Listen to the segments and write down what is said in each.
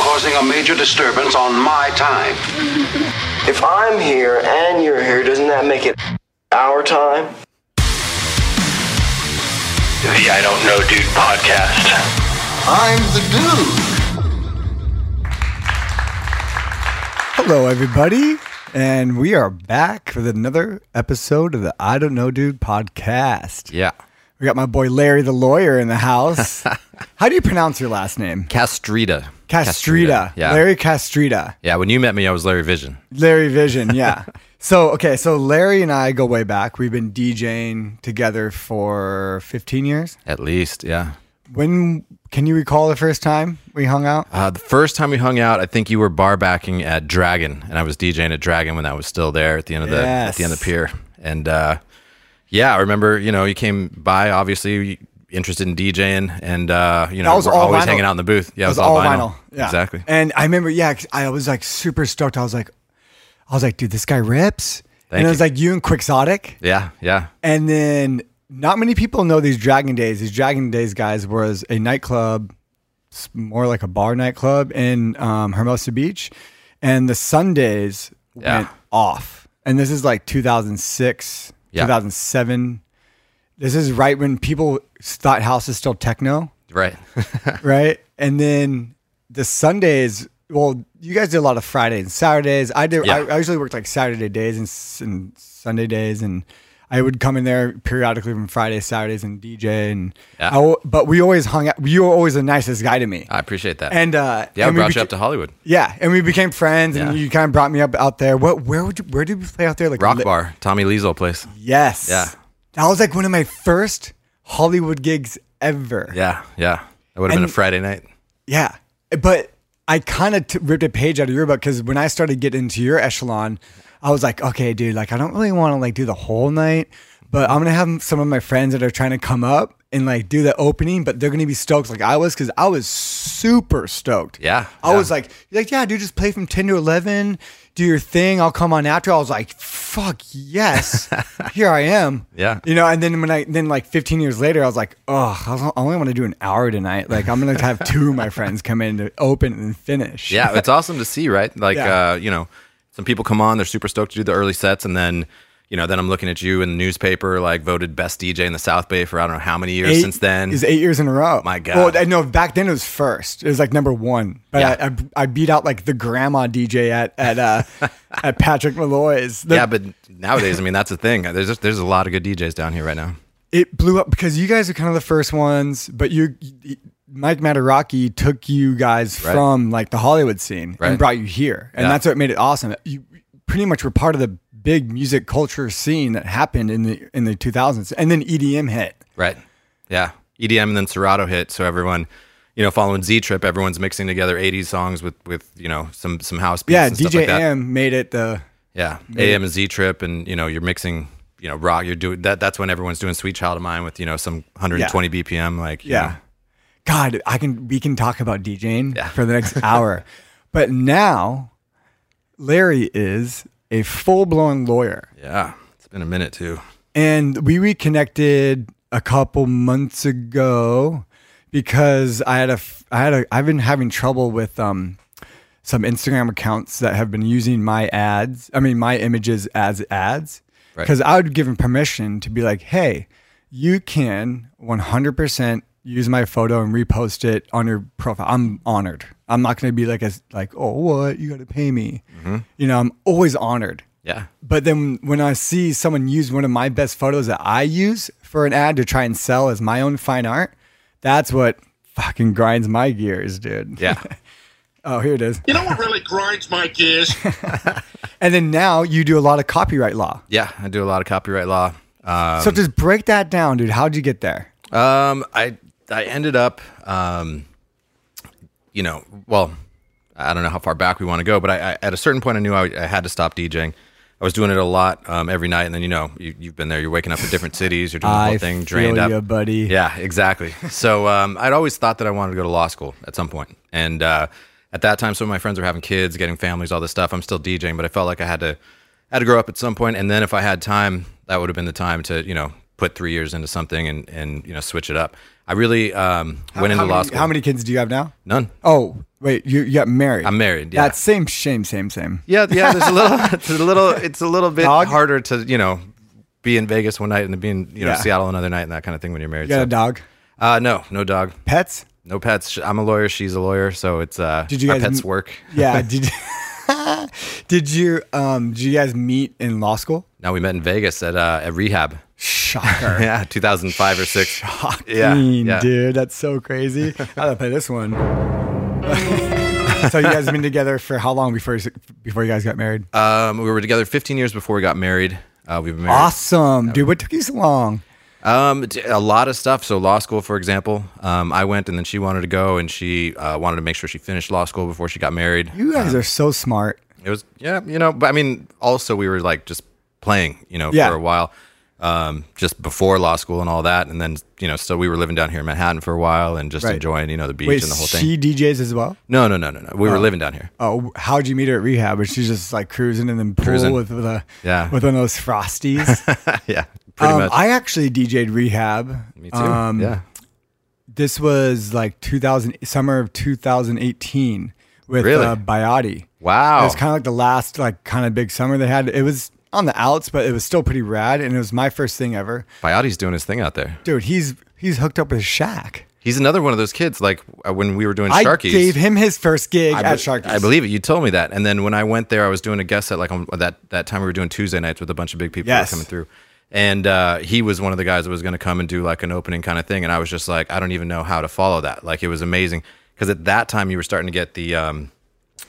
causing a major disturbance on my time. If I'm here and you're here, doesn't that make it our time? The I Don't Know Dude podcast. I'm the dude. Hello, everybody, and we are back with another episode of the I Don't Know Dude podcast. Yeah. We got my boy Larry the lawyer in the house. How do you pronounce your last name? Castrita. Castrita. Yeah. Larry Castrita. Yeah. When you met me, I was Larry Vision. Larry Vision, yeah. so, okay, so Larry and I go way back. We've been DJing together for 15 years. At least. Yeah. When can you recall the first time we hung out? Uh, the first time we hung out, I think you were bar backing at Dragon, and I was DJing at Dragon when that was still there at the end of the at the end of the pier. And uh, yeah, I remember. You know, you came by, obviously interested in DJing, and uh, you know, was we're all always vinyl. hanging out in the booth. Yeah, It it was was all vinyl. Yeah. Exactly. And I remember, yeah, 'cause I was like super stoked. I was like, I was like, dude, this guy rips. and Thank it was you. like you and Quixotic. yeah. Yeah. And then not many people know these Dragon Days. These Dragon Days guys was a nightclub, s- more like a bar nightclub in um, Hermosa Beach. And the Sundays Yeah. went off. And this is like 2006, Yeah. 2007. This is right when people thought house is still techno Right. right? And then the Sundays. Well, you guys did a lot of Fridays and Saturdays. I did. Yeah. I, I usually worked like Saturday days and, s- and Sunday days, and I would come in there periodically from Fridays, Saturdays, and DJ. And Yeah. I al- but we always hung out. You were always the nicest guy to me. I appreciate that. and uh, yeah, and I we brought beca- you up to Hollywood. Yeah, and we became friends, and Yeah. you kind of brought me up out there. What? Where would you? Where did we play out there? Like Rock li- Bar, Tommy Liesel place. Yes. Yeah. That was like one of my first Hollywood gigs ever. Yeah. Yeah. That would have been a And- Friday night. Yeah, but I kind of t- ripped a page out of your book because when I started getting into your echelon, I was like, okay, dude, like I don't really want to like do the whole night, but I'm gonna have some of my friends that are trying to come up and like do the opening, but they're gonna be stoked like I was because I was super stoked. Yeah, I yeah. was like, like yeah, dude, just play from ten to eleven, do your thing. I'll come on after. I was like, fuck yes, here I am. Yeah. You know, and then when I then like 15 years later, I was like, oh, I only want to do an hour tonight. Like I'm gonna have two of my friends come in to open and finish. yeah, it's awesome to see, right? Like, Yeah. uh, you know, some people come on, they're super stoked to do the early sets, and then, you know, then I'm looking at you in the newspaper, like voted best DJ in the South Bay for I don't know how many years Eight- since then. is eight years in a row. My God. Well, I know back then it was first. It was like number one. But Yeah. I, I, I beat out like the grandma DJ at at uh, at Patrick Malloy's. The- yeah, but nowadays, I mean, that's the thing. There's just, there's a lot of good DJs down here right now. it blew up because you guys are kind of the first ones, but you, you- Mike Mataraki took you guys Right. from like the Hollywood scene Right. and brought you here, and Yeah. that's what made it awesome. You pretty much were part of the big music culture scene that happened in the in the 2000s, and then EDM hit. Right. Yeah. EDM and then Serato hit, so everyone, you know, following Z Trip, everyone's mixing together 80s songs with with you know some some house beats. Yeah, and stuff DJ like that. M made it the Yeah, AM and Z Trip, and you know you're mixing, you know, rock. You're doing that. That's when everyone's doing Sweet Child of Mine with you know some 120 BPM. Like you yeah. know. God, I can we can talk about DJing Yeah. for the next hour, but now Larry is a full blown lawyer. yeah. It's been a minute too. And we reconnected a couple months ago because I had a f- I had a I've been having trouble with um some Instagram accounts that have been using my ads, I mean my images as ads Right. cuz I would give them permission to be like, "Hey, you can 100% use my photo and repost it on your profile. I'm honored. I'm not going to be like as like, "Oh, what? You got to pay me." You know, I'm always honored. Mm-hmm. Yeah, But then when I see someone use one of my best photos that I use for an ad to try and sell as my own fine art, that's what fucking grinds my gears, dude. yeah, oh, here it is. You know what really grinds my gears? And then now you do a lot of copyright law. yeah. I do a lot of copyright law. so just break that down, dude. How'd you get there? Um, I I ended up, um, you know, well, I don't know how far back we want to go, but I, I at a certain point I knew I, I had to stop DJing. I was doing it a lot um, every night, and then you know you, you've been there. You're waking up in different cities. You're doing the I whole thing, drained feel up, ya, buddy. Yeah, exactly. so um, I'd always thought that I wanted to go to law school at some point, and uh, at that time, some of my friends were having kids, getting families, all this stuff. I'm still DJing, but I felt like I had to had to grow up at some point, and then if I had time, that would have been the time to you know put three years into something and and you know switch it up. I really um, went into how law many, school. How many kids do you have now? None. Oh, wait, you, you got married. I'm married, yeah. That's same, shame, same, same. Yeah, yeah. There's a little. It's a little. It's a little bit Dog? harder to you know be in Vegas one night and be in you know Yeah. Seattle another night and that kind of thing when you're married. You got so- a dog? Uh, no, no dog, Pets? no pets. Sh- I'm a lawyer. She's a lawyer, so it's uh. Did you our guys pets m- work? Yeah. Did did you um did you guys meet in law school? Now we met in Vegas at uh, at rehab. Shocker. Yeah, 2005 or six. Yeah, Mean, yeah. dude, that's so crazy. I gotta play this one. so you guys have been together for how long before before you guys got married? Um, we were together 15 years before we got married. Uh, we've been married. awesome, dude. What took you so long? Um, t- a lot of stuff. So law school, for example, um, I went and then she wanted to go and she uh, wanted to make sure she finished law school before she got married. You guys are so smart. It was yeah, you know, but I mean, also we were like just playing, you know, Yeah. for a while, um, just before law school and all that, and then you know, so we were living down here in Manhattan for a while and just Right. enjoying, you know, the beach Wait, and the whole she thing. DJs as well. No, no, no, no, no. We were living down here. Oh, how'd you meet her at rehab? And she's just like cruising in the pool Cruising. with, with a Yeah. with one of those frosties. yeah, pretty Um, much. I actually DJ'd rehab. Me too. Um, yeah, This was like 2000 summer of 2018 with Really? uh, Biotti. Wow. It was kind of like the last like kind of big summer they had. It was on the outs, but it was still pretty rad, and it was my first thing ever. Biotti's doing his thing out there. Dude, he's he's hooked up with Shaq. He's another one of those kids. Like uh, when we were doing I Sharkies, gave him his first gig I, at be- Sharkies. I believe it. You told me that, and then when I went there, I was doing a guest set like on that that time we were doing Tuesday nights with a bunch of big people that were Yes. coming through, and uh, he was one of the guys that was going to come and do like an opening kind of thing, and I was just like, I don't even know how to follow that. Like it was amazing because at that time you were starting to get the, um,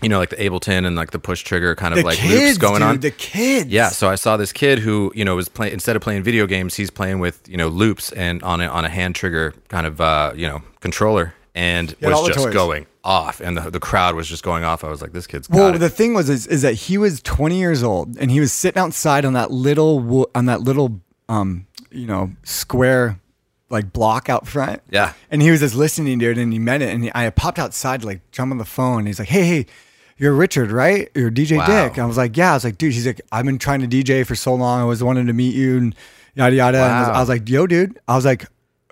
you know, like the Ableton and like the push trigger kind of the like loops kids, going dude, on. the kids. Yeah, so I saw this kid who you know was playing instead of playing video games, he's playing with you know loops and on a, on a hand trigger kind of uh, you know controller, and Yeah, all was the just toys. going off, and the, the crowd was just going off. I was like, this kid's got Well, it. the thing was is, is that he was 20 years old and he was sitting outside on that little wo- on that little um you know square like block out front. Yeah. And he was just listening to it and he meant it and he, I popped outside to, like jump on the phone. And he's like, hey, hey. You're Richard, right? You're DJ Wow. Dick. And I was like, yeah. I was like, dude. He's like, I've been trying to DJ for so long. I was wanting to meet you and yada yada. And I was- Wow. Mm-hmm. I was like, yo, dude. I was like,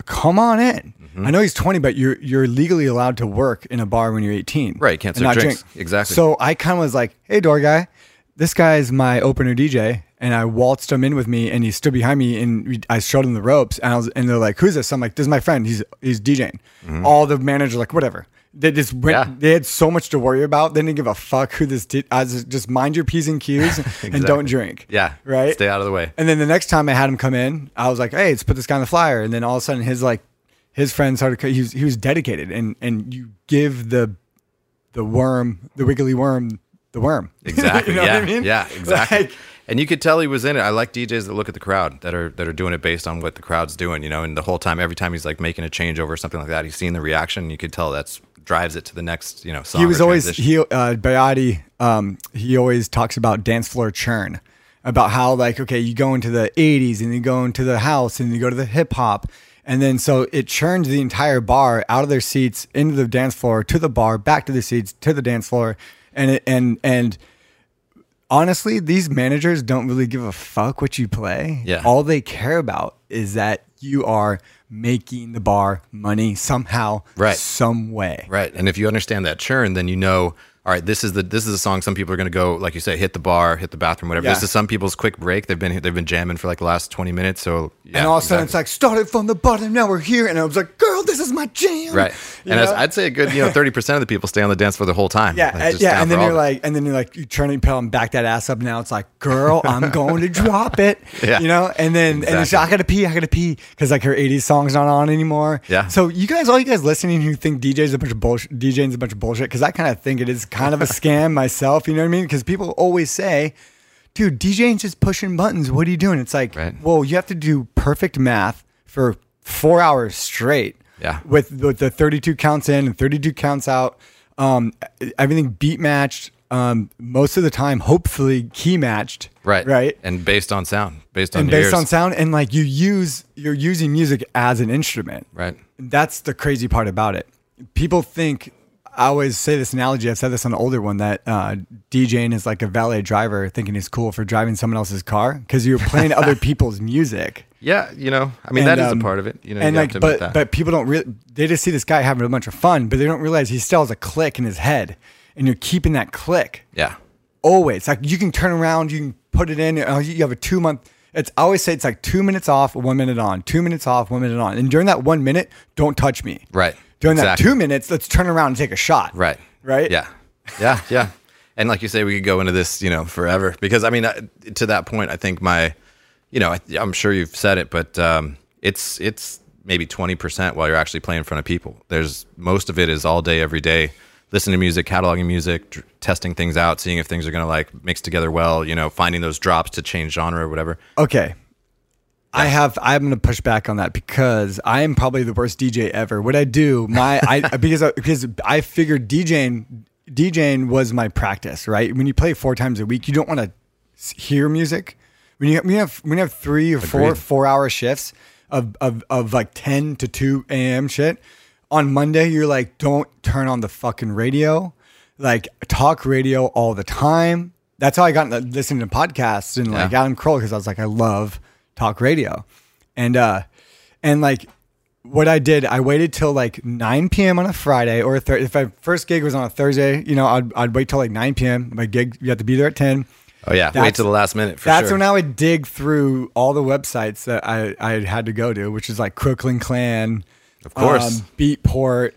come on in. I know he's 20, but you're you're legally allowed to work in a bar when you're 18. Right, can't and serve not drinks. Exactly. So I kind of was like, "Hey, door guy, this guy's my opener DJ," and I waltzed him in with me, and he stood behind me, and we, I showed him the ropes, and I was, and they're like, "Who's this?" I'm like, "This is my friend. He's he's DJing." All the managers like, "Whatever." They just went, Mm-hmm. Yeah. they had so much to worry about. They didn't give a fuck who this did. I was just mind your p's and q's and Exactly. don't drink. Yeah. Right. Stay out of the way. And then the next time I had him come in, I was like, "Hey, let's put this guy on the flyer." And then all of a sudden, his like his friends started. co- He was he was dedicated, and and you give the the worm, the wiggly worm, the worm. Exactly. you know yeah. what I mean? Yeah. Exactly. Like, and you could tell he was in it. I like DJs that look at the crowd that are that are doing it based on what the crowd's doing, you know. And the whole time, every time he's like making a changeover or something like that, he's seeing the reaction. And you could tell that's drives it to the next, you know, song. he was or always transition. he uh, Biotti. Um, he always talks about dance floor churn, about how like okay, you go into the '80s and you go into the house and you go to the hip hop, and then so it churns the entire bar out of their seats into the dance floor to the bar back to the seats to the dance floor, and it, and and. Honestly, these managers don't really give a fuck what you play. Yeah. All they care about is that you are making the bar money somehow, Right. some way. Right. And if you understand that churn, then you know, all right, this is the this is a song some people are going to go like you say hit the bar, hit the bathroom, whatever. Yeah. This is some people's quick break. They've been they've been jamming for like the last 20 minutes, so yeah, and all of a sudden exactly. it's like started from the bottom now we're here and i was like girl this is my jam Right, You and as, know? I'd say a good, you know, thirty percent of the people stay on the dance floor the whole time. yeah, Like, and- just yeah, down and for then all you're of it. like, and then you're like, you turn and pedal and back that ass up. Now it's like, girl, I'm going to drop it, Yeah. you know. And then and it's, Exactly. I gotta pee, I gotta pee, because like her '80s song's not on anymore. Yeah. So you guys, all you guys listening who think DJ's a bunch of bullshit, DJing's a bunch of bullshit, because I kind of think it is kind of a scam myself. You know what I mean? Because people always say, dude, DJing's just pushing buttons. What are you doing? It's like, Right. well, you have to do perfect math for four hours straight. Yeah. With, with the 32 counts in and 32 counts out. Um, e- everything beat matched. Um, most of the time, hopefully key matched. right, Right. and based on sound, based on And your based ears. on sound and like you use, you're using music as an instrument. right? That's the crazy part about it. People think I always say this analogy. I've said this on an older one that uh, DJing is like a valet driver thinking he's cool for driving someone else's car because you're playing other people's music. Yeah, you know, I mean that is um, a part of it. You know, and you like, have to admit but that. but people don't really. They just see this guy having a bunch of fun, but they don't realize he still has a click in his head, and you're keeping that click yeah, always. Like you can turn around, you can put it in. uh, You you have a two month. It's I always say it's like two minutes off, one minute on, two minutes off, one minute on, and during that one minute, don't touch me. Right. During Exactly. that two minutes, let's turn around and take a shot. right, Right. yeah, yeah, yeah. And like you say, we could go into this, you know, forever because I mean, I, to that point, I think my, you know, I, I'm sure you've said it, but um, it's it's maybe 20 percent while you're actually playing in front of people. There's most of it is all day, every day, listening to music, cataloging music, tr- testing things out, seeing if things are gonna like mix together well, you know, finding those drops to change genre or whatever. Okay. I have I'm gonna push back on that because I am probably the worst DJ ever. What I do, my I because I, because I figured DJing DJing was my practice, right? When you play four times a week, you don't want to hear music. When you when you have when you have three or four four hour shifts of of of like ten to two a.m. shit on Monday, you're like, don't turn on the fucking radio, like talk radio all the time. That's how I got into listening to podcasts and like Yeah. Adam Kroll because I was like, I love talk radio, and uh, and like what I did, I waited till like 9 p.m. on a Friday or a thir- if my first gig was on a Thursday, you know, I'd, I'd wait till like 9 p.m. My gig, you have to be there at 10. Oh yeah, wait That's- till the last minute for That's sure. when I would dig through all the websites that I, I had to go to, which is like Crooklyn Clan, of course. Um, Beatport,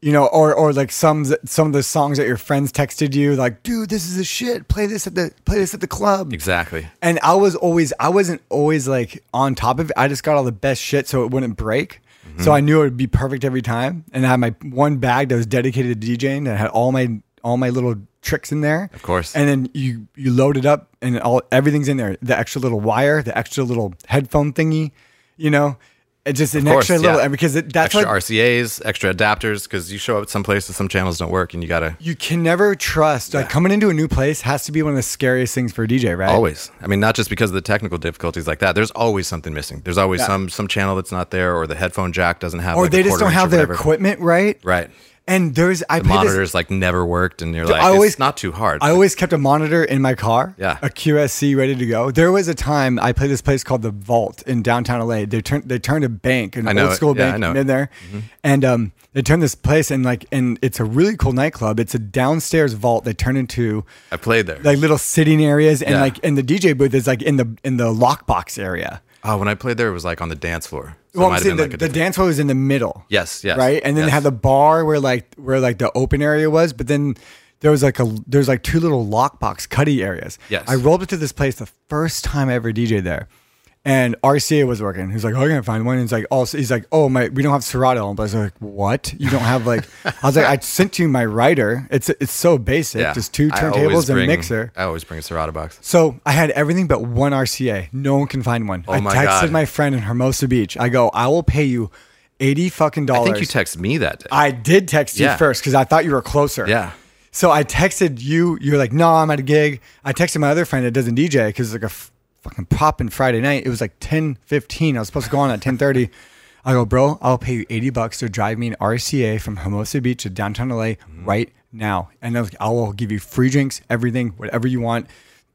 you know, or or like some some of the songs that your friends texted you, like, dude, this is the shit. Play this at the play this at the club. exactly. And I was always, I wasn't always like on top of it. I just got all the best shit so it wouldn't break. Mm-hmm. So I knew it would be perfect every time. And I had my one bag that was dedicated to DJing that had all my all my little tricks in there. Of course. And then you you load it up and all everything's in there. The extra little wire, the extra little headphone thingy, you know. It just an course, extra little yeah. because it, that's extra what RCAs, extra adapters, because you show up at some places, some channels don't work, and you gotta you can never trust. Like coming into a new place has to be one of the scariest things for a DJ, right? always. I mean, not just because of the technical difficulties like that. There's always something missing. There's always some some channel that's not there, or the headphone jack doesn't have, Or like, a they just quarter don't inch have or their whatever. equipment right. Right. And there's I The played this- monitors like never worked, and you're like, I always- it's not too hard. I always kept a monitor in my car. Yeah. A QSC ready to go. There was a time I played this place called the Vault in downtown LA. They turned they turned a bank, an I know old it. school Yeah, I bank know in it. Mm-hmm. there. And um they turned this place and like and it's a really cool nightclub. It's a downstairs vault they turned into I played there. like little sitting areas and Yeah. like and the DJ booth is like in the in the lockbox area. oh, when I played there, it was like on the dance floor. So it Well, might I'm have saying the, been, like, a the different- dance floor was in the middle. Yes, yes, Right, and then they yes. had the bar where like where like the open area was, but then there was like a there's like two little lockbox cuddy areas. Yes. I rolled up to this place the first time I ever DJ there, and RCA was working. He's like, "Oh, I can't find one." And he's like, "Oh," he's like, "Oh my, we don't have Serato." And I was like, "What? You don't have like?" I was like, "I sent you my writer. It's it's so basic, Yeah. just two I always turntables and a bring- mixer." I always bring a Serato box. So I had everything but one RCA. No one can find one. Oh I my texted God. my friend in Hermosa Beach. I go, I will pay you eighty fucking I dollars. think you texted me that day. I did text you Yeah. first because I thought you were closer. Yeah. So I texted you. You're like, no, I'm at a gig. I texted my other friend that doesn't DJ because it's like a f- fucking poppin' Friday night. It was like 10:15. I was supposed to go on at 10:30. I go, bro, I'll pay you 80 bucks to drive me an RCA from Hermosa Beach to downtown LA Mm-hmm. right now. And I, was, I will give you free drinks, everything, whatever you want.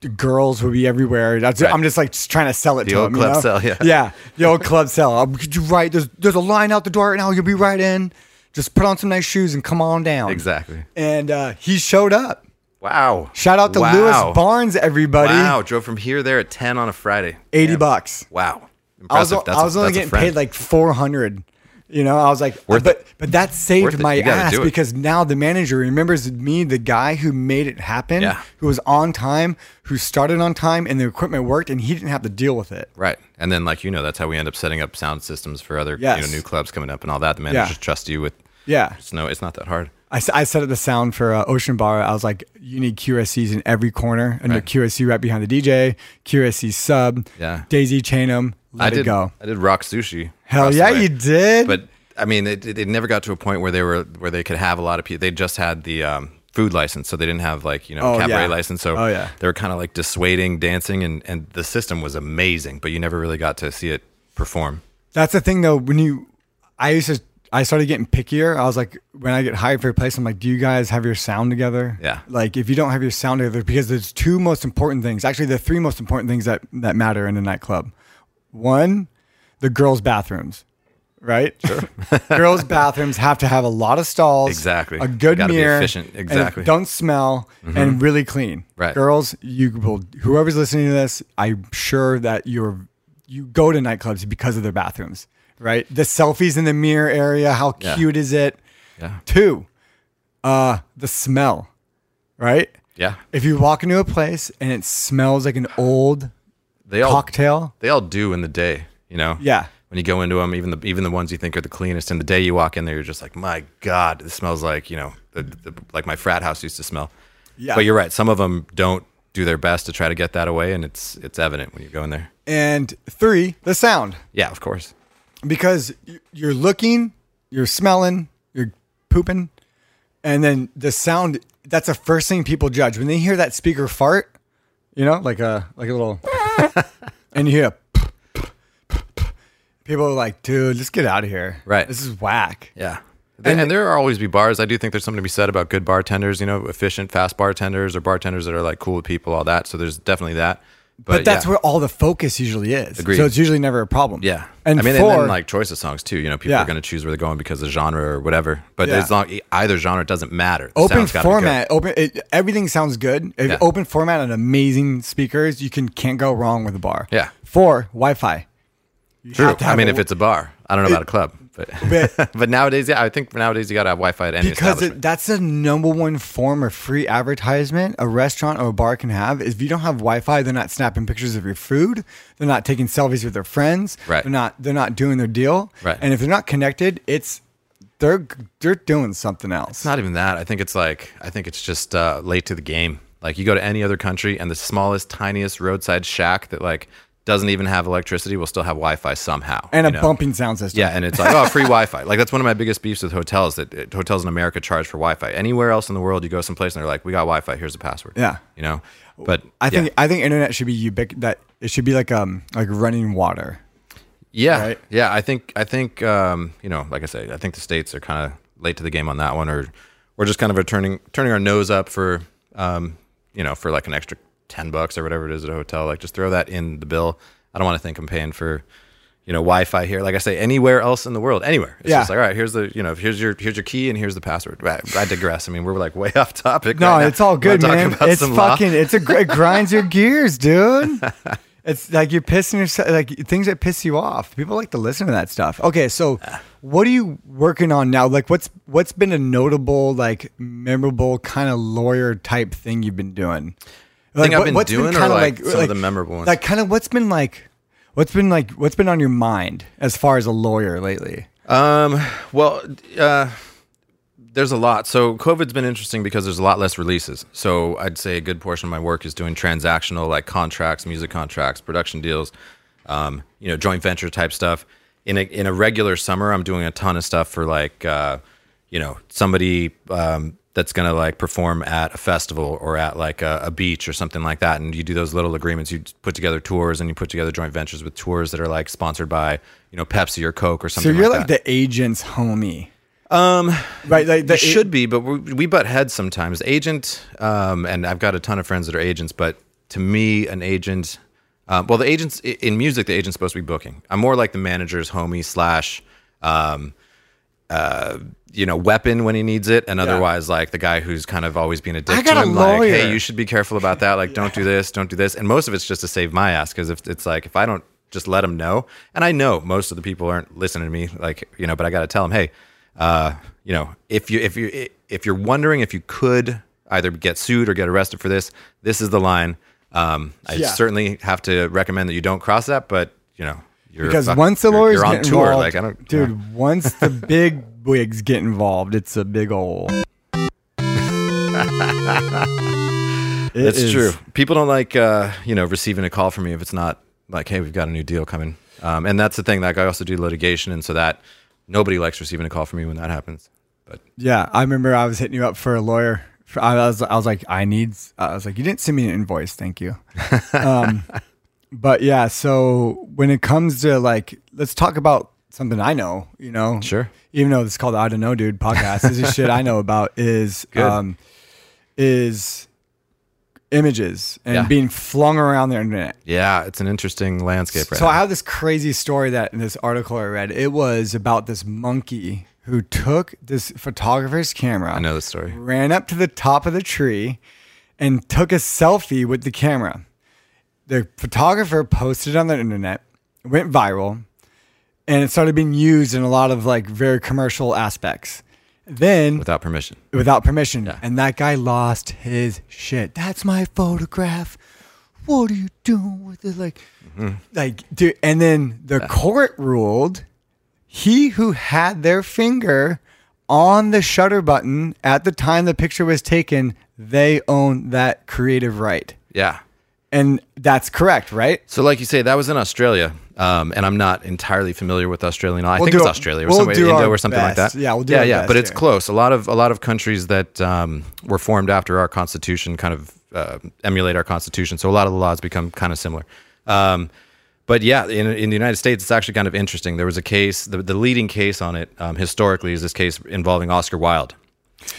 The girls will be everywhere. That's, Right. I'm just like just trying to sell it The to old them. you club know? sell, yeah. Yeah, the old club cell. Um, could you right? There's there's a line out the door right now. You'll be right in. Just put on some nice shoes and come on down. Exactly. And uh, he showed up. Wow. Shout out to wow. Lewis Barnes, everybody. Wow. Drove from here there at 10 on a Friday. Eighty Damn. bucks. Wow. I was, Impressive. That's I a- was only that's a getting friend. paid like four hundred. You know, I was like, Worth but it. but that Worth saved it. my You gotta ass do it. because now the manager remembers me, the guy who made it happen, Yeah. who was on time, who started on time, and the equipment worked, and he didn't have to deal with it. Right. And then, like, you know, that's how we end up setting up sound systems for other you Yes. know, new clubs coming up and all that. The managers Yeah. trust you with, Yeah, it's, no, it's not that hard. I, s- I set up the sound for uh, Ocean Bar. I was like, you need QSCs in every corner, and the Right. QSC right behind the DJ, QSC sub, Yeah. Daisy Chainum, let I did, it go. I did rock sushi. Hell across the yeah, way. you did. But I mean, it, it, it never got to a point where they were, where they could have a lot of people. They just had the, um, food license so they didn't have like you know Oh, cabaret yeah. license so Oh, yeah. they were kind of like dissuading dancing and and the system was amazing but you never really got to see it perform That's the thing, though. When you, I used to I started getting pickier. I was like, when I get hired for a place, I'm like, do you guys have your sound together? Yeah. Like, if you don't have your sound together, because there's two most important things, actually, the three most important things that, that matter in a nightclub. One, the girls' bathrooms, right? Sure. girls' bathrooms have to have a lot of stalls, Exactly. a good Gotta be mirror, efficient. and it Exactly. don't smell, and really clean. Mm-hmm. Right. Girls, you will. Whoever's listening to this, I'm sure that you're you go to nightclubs because of their bathrooms, right? The selfies in the mirror area. How Yeah. cute is it? Yeah. Two, uh, the smell, right? Yeah. If you walk into a place and it smells like an old They all cocktail, they all do in the day, you know. Yeah. When you go into them, even the even the ones you think are the cleanest, and the day you walk in there, you're just like, my God, this smells like you know, the, the, like my frat house used to smell. Yeah. But you're right. Some of them don't do their best to try to get that away, and it's it's evident when you go in there. and three, the sound. Yeah, of course. because y- you're looking, you're smelling, you're pooping, and then the sound. That's the first thing people judge when they hear that speaker fart. You know, like a like a little, and you hear. a People are like, dude, let's get out of here. Right. This is whack. Yeah. And, and there are always be bars. I do think there's something to be said about good bartenders, you know, efficient, fast bartenders or bartenders that are like cool with people, all that. So there's definitely that. But, that's yeah. where all the focus usually is. Agreed. So it's usually never a problem. Yeah, And I mean, four, and then like choice of songs too. You know, people Yeah. are going to choose where they're going because of genre or whatever. But Yeah. as long e, either genre it doesn't matter. The open sound's gotta be good. format, open it, everything sounds good. If Yeah. Open format and amazing speakers, you can can't go wrong with a bar. Yeah. Four Wi-Fi. You True. have to I have mean, a- if it's a bar, I don't know about a club, but But- but, nowadays, yeah, I think nowadays you got to have Wi-Fi at any because it, establishment. that's the number one form of free advertisement a restaurant or a bar can have. Is if you don't have Wi-Fi, they're not snapping pictures of your food. They're not taking selfies with their friends. Right. They're not. They're not doing their deal. Right. And if they're not connected, it's they're they're doing something else. It's not even that. I think it's like I think it's just uh, late to the game. Like you go to any other country, and the smallest, tiniest roadside shack that like doesn't even have electricity will still have Wi-Fi somehow. and a you know? bumping sound system. Yeah, and it's like, oh, free Wi-Fi. Like that's one of my biggest beefs with hotels that uh, hotels in America charge for Wi-Fi. Anywhere else in the world, you go someplace and they're like, we got Wi-Fi. Here's the password. Yeah. you know. But I think yeah, I think internet should be ubiqu- that it should be like um like running water. yeah, right. yeah. I think I think um, you know, like I say, I think the states are kind of late to the game on that one, or we're just kind of a turning turning our nose up for um, you know, for like an extra ten bucks or whatever it is at a hotel. Like just throw that in the bill. I don't want to think I'm paying for. You know, Wi-Fi here. Like I say, anywhere else in the world, anywhere. It's Yeah. just like, all right, here's the, you know, here's your, here's your key, and here's the password. I, I digress. I mean, we're like way off topic. No, right now. it's all Wanna good, talk man. about It's some law? fucking it's a gr- it grinds your gears, dude. It's like you're pissing yourself like things that piss you off. People like to listen to that stuff. Okay, so what are you working on now? Like what's what's been a notable like memorable kind of lawyer type thing you've been doing? Like, Thing I've been what's doing or, kinda like, some of the memorable ones? Like kind of what's been like what's been like what's been on your mind as far as a lawyer lately? Um, well, uh, there's a lot. So COVID's been interesting because there's a lot less releases. So I'd say a good portion of my work is doing transactional, like contracts, music contracts, production deals, um, you know, joint venture type stuff. In a in a regular summer, I'm doing a ton of stuff for like, uh, you know, somebody um, that's gonna like perform at a festival or at like a, a beach or something like that. And you do those little agreements. You put together tours and you put together joint ventures with tours that are like sponsored by you know Pepsi or Coke or So something. you're like like, that. the agent's homie. Um right like the It should be, but we, we butt heads sometimes. Agent, um, and I've got a ton of friends that are agents, but to me, an agent, um, well, the agents i- in music, the agent's supposed to be booking. I'm more like the manager's homie slash, um, uh, you know, weapon when he needs it, and otherwise like the guy who's kind of always being a dick I got to a him, like, lawyer. hey, you should be careful about that. Like, don't do this, don't do this. And most of it's just to save my ass because if it's like if I don't just let him know, and I know most of the people aren't listening to me, like you know, but I got to tell them, hey, uh, you know, if you if you if you're wondering if you could either get sued or get arrested for this, this is the line. Um, I Yeah. certainly have to recommend that you don't cross that, but you know, you're because fuck- once the you're- lawyers you're on get tour, involved, like I don't, dude. Once the big wigs get involved, it's a big ol'. That's It's true. People don't like uh, you know receiving a call from me if it's not like, hey, we've got a new deal coming. Um, and that's the thing. Like I also do litigation, and so that nobody likes receiving a call from me when that happens. But Yeah, I remember I was hitting you up for a lawyer. For- I was, I was like, I need. I was like, you didn't send me an invoice, thank you. um, but yeah, so when it comes to like, let's talk about something I know, you know. Sure. Even though it's called I Don't Know Dude podcast, this is shit I know about is Good. um is images and Yeah. being flung around the internet. Yeah, it's an interesting landscape right So now. I have this crazy story that in this article I read. It was about this monkey who took this photographer's camera. I know this story. Ran up to the top of the tree and took a selfie with the camera. The photographer posted it on the internet, it went viral, and it started being used in a lot of like very commercial aspects. Then Without permission. without permission. And that guy lost his shit. That's my photograph. What are you doing with it? Like, Mm-hmm. like, dude. And then the court ruled he who had their finger on the shutter button at the time the picture was taken, they own that creative right. Yeah. And that's correct, right? So, like you say, that was in Australia, um, and I'm not entirely familiar with Australian law. I We'll think do it's our- Australia or we'll somewhere, do Indo our or something like best. that. Yeah, we'll do yeah, our yeah. best But it's here. close. A lot of a lot of countries that um, were formed after our constitution kind of uh, emulate our constitution. So a lot of the laws become kind of similar. Um, but yeah, in, in the United States, it's actually kind of interesting. There was a case, the, the leading case on it um, historically is this case involving Oscar Wilde,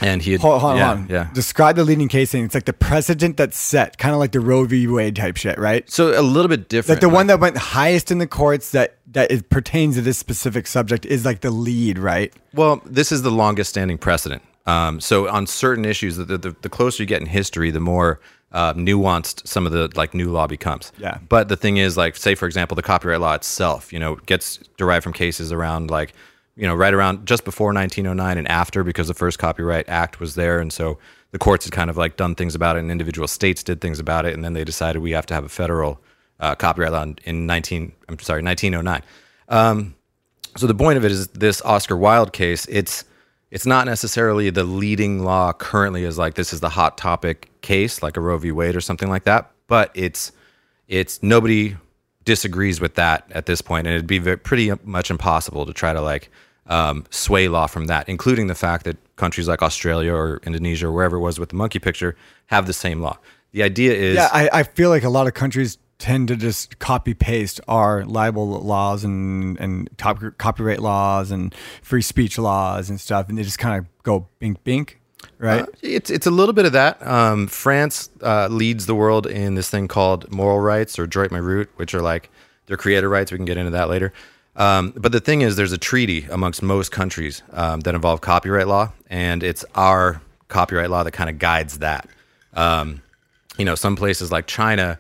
and he had, Hold, hold yeah, on. yeah. Describe the leading case, and it's like the precedent that's set, kind of like the Roe v. Wade type shit, right? So a little bit different. like the like- one that went highest in the courts that that it pertains to this specific subject is like the lead, right? Well, this is the longest standing precedent. Um, so on certain issues, the, the, the closer you get in history, the more uh, nuanced some of the like new law becomes. Yeah. But the thing is, like, say for example, the copyright law itself, you know, gets derived from cases around like, you know, right around just before 1909 and after, because the first Copyright Act was there, and so the courts had kind of like done things about it, and individual states did things about it, and then they decided we have to have a federal uh, copyright law in, in 19. I'm sorry, 1909. Um, so the point of it is this Oscar Wilde case. It's it's not necessarily the leading law currently is like this is the hot topic case like a Roe v. Wade or something like that. But it's it's nobody disagrees with that at this point, and it'd be ve- pretty much impossible to try to like um, sway law from that, including the fact that countries like Australia or Indonesia or wherever it was with the monkey picture have the same law. The idea is Yeah, I, I feel like a lot of countries tend to just copy paste our libel laws and and cop- copyright laws and free speech laws and stuff, and they just kind of go bink bink, right? Uh, It's it's a little bit of that. Um, France uh, leads the world in this thing called moral rights or droit my root, which are like their creator rights. We can get into that later. Um, but the thing is, there's a treaty amongst most countries um, that involve copyright law, and it's our copyright law that kind of guides that. Um, you know, some places like China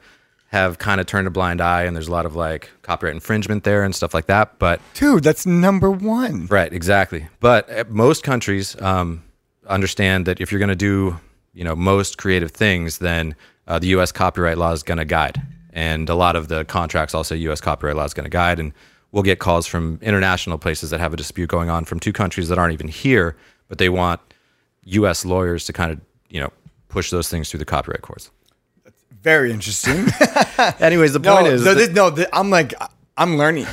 have kind of turned a blind eye, and there's a lot of like copyright infringement there and stuff like that. But Dude, that's number one. Right, exactly. But uh, most countries um, understand that if you're going to do, you know, most creative things, then uh, the U.S. copyright law is going to guide, and a lot of the contracts also U.S. copyright law is going to guide, and we'll get calls from international places that have a dispute going on from two countries that aren't even here, but they want U.S. lawyers to kind of, you know, push those things through the copyright courts. Very interesting. Anyways, the no, point is, no, that- this, no th- I'm like, I'm learning.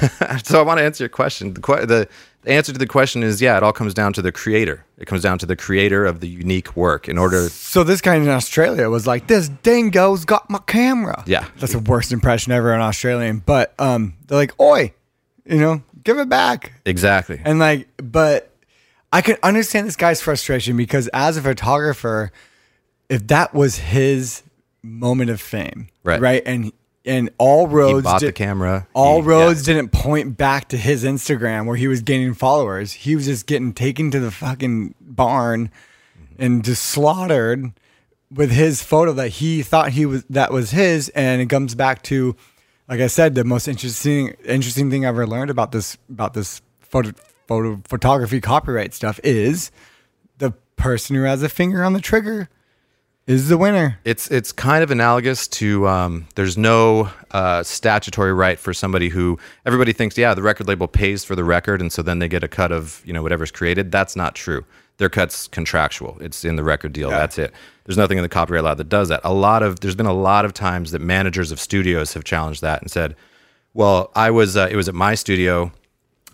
so I want to answer your question. The, que- the, the answer to the question is yeah, it all comes down to the creator. It comes down to the creator of the unique work. In order, so this guy in Australia was like, "This dingo's got my camera." Yeah. that's the worst impression ever on Australian. But um, they're like, "Oi, you know, give it back." exactly. And like, but I can understand this guy's frustration because as a photographer, if that was his moment of fame, Right. right, and and all roads bought the camera. all He- roads yeah. didn't point back to his Instagram where he was gaining followers. He was just getting taken to the fucking barn and just slaughtered with his photo that he thought he was that was his, and it comes back to, like I said, the most interesting interesting thing I ever learned about this about this photo, photo photography copyright stuff is the person who has a finger on the trigger is the winner. it's it's kind of analogous to um, there's no uh, statutory right for somebody who everybody thinks yeah the record label pays for the record and so then they get a cut of you know whatever's created that's not true their cuts contractual it's in the record deal that's it there's nothing in the copyright law that does that a lot of there's been a lot of times that managers of studios have challenged that and said well I was uh, it was at my studio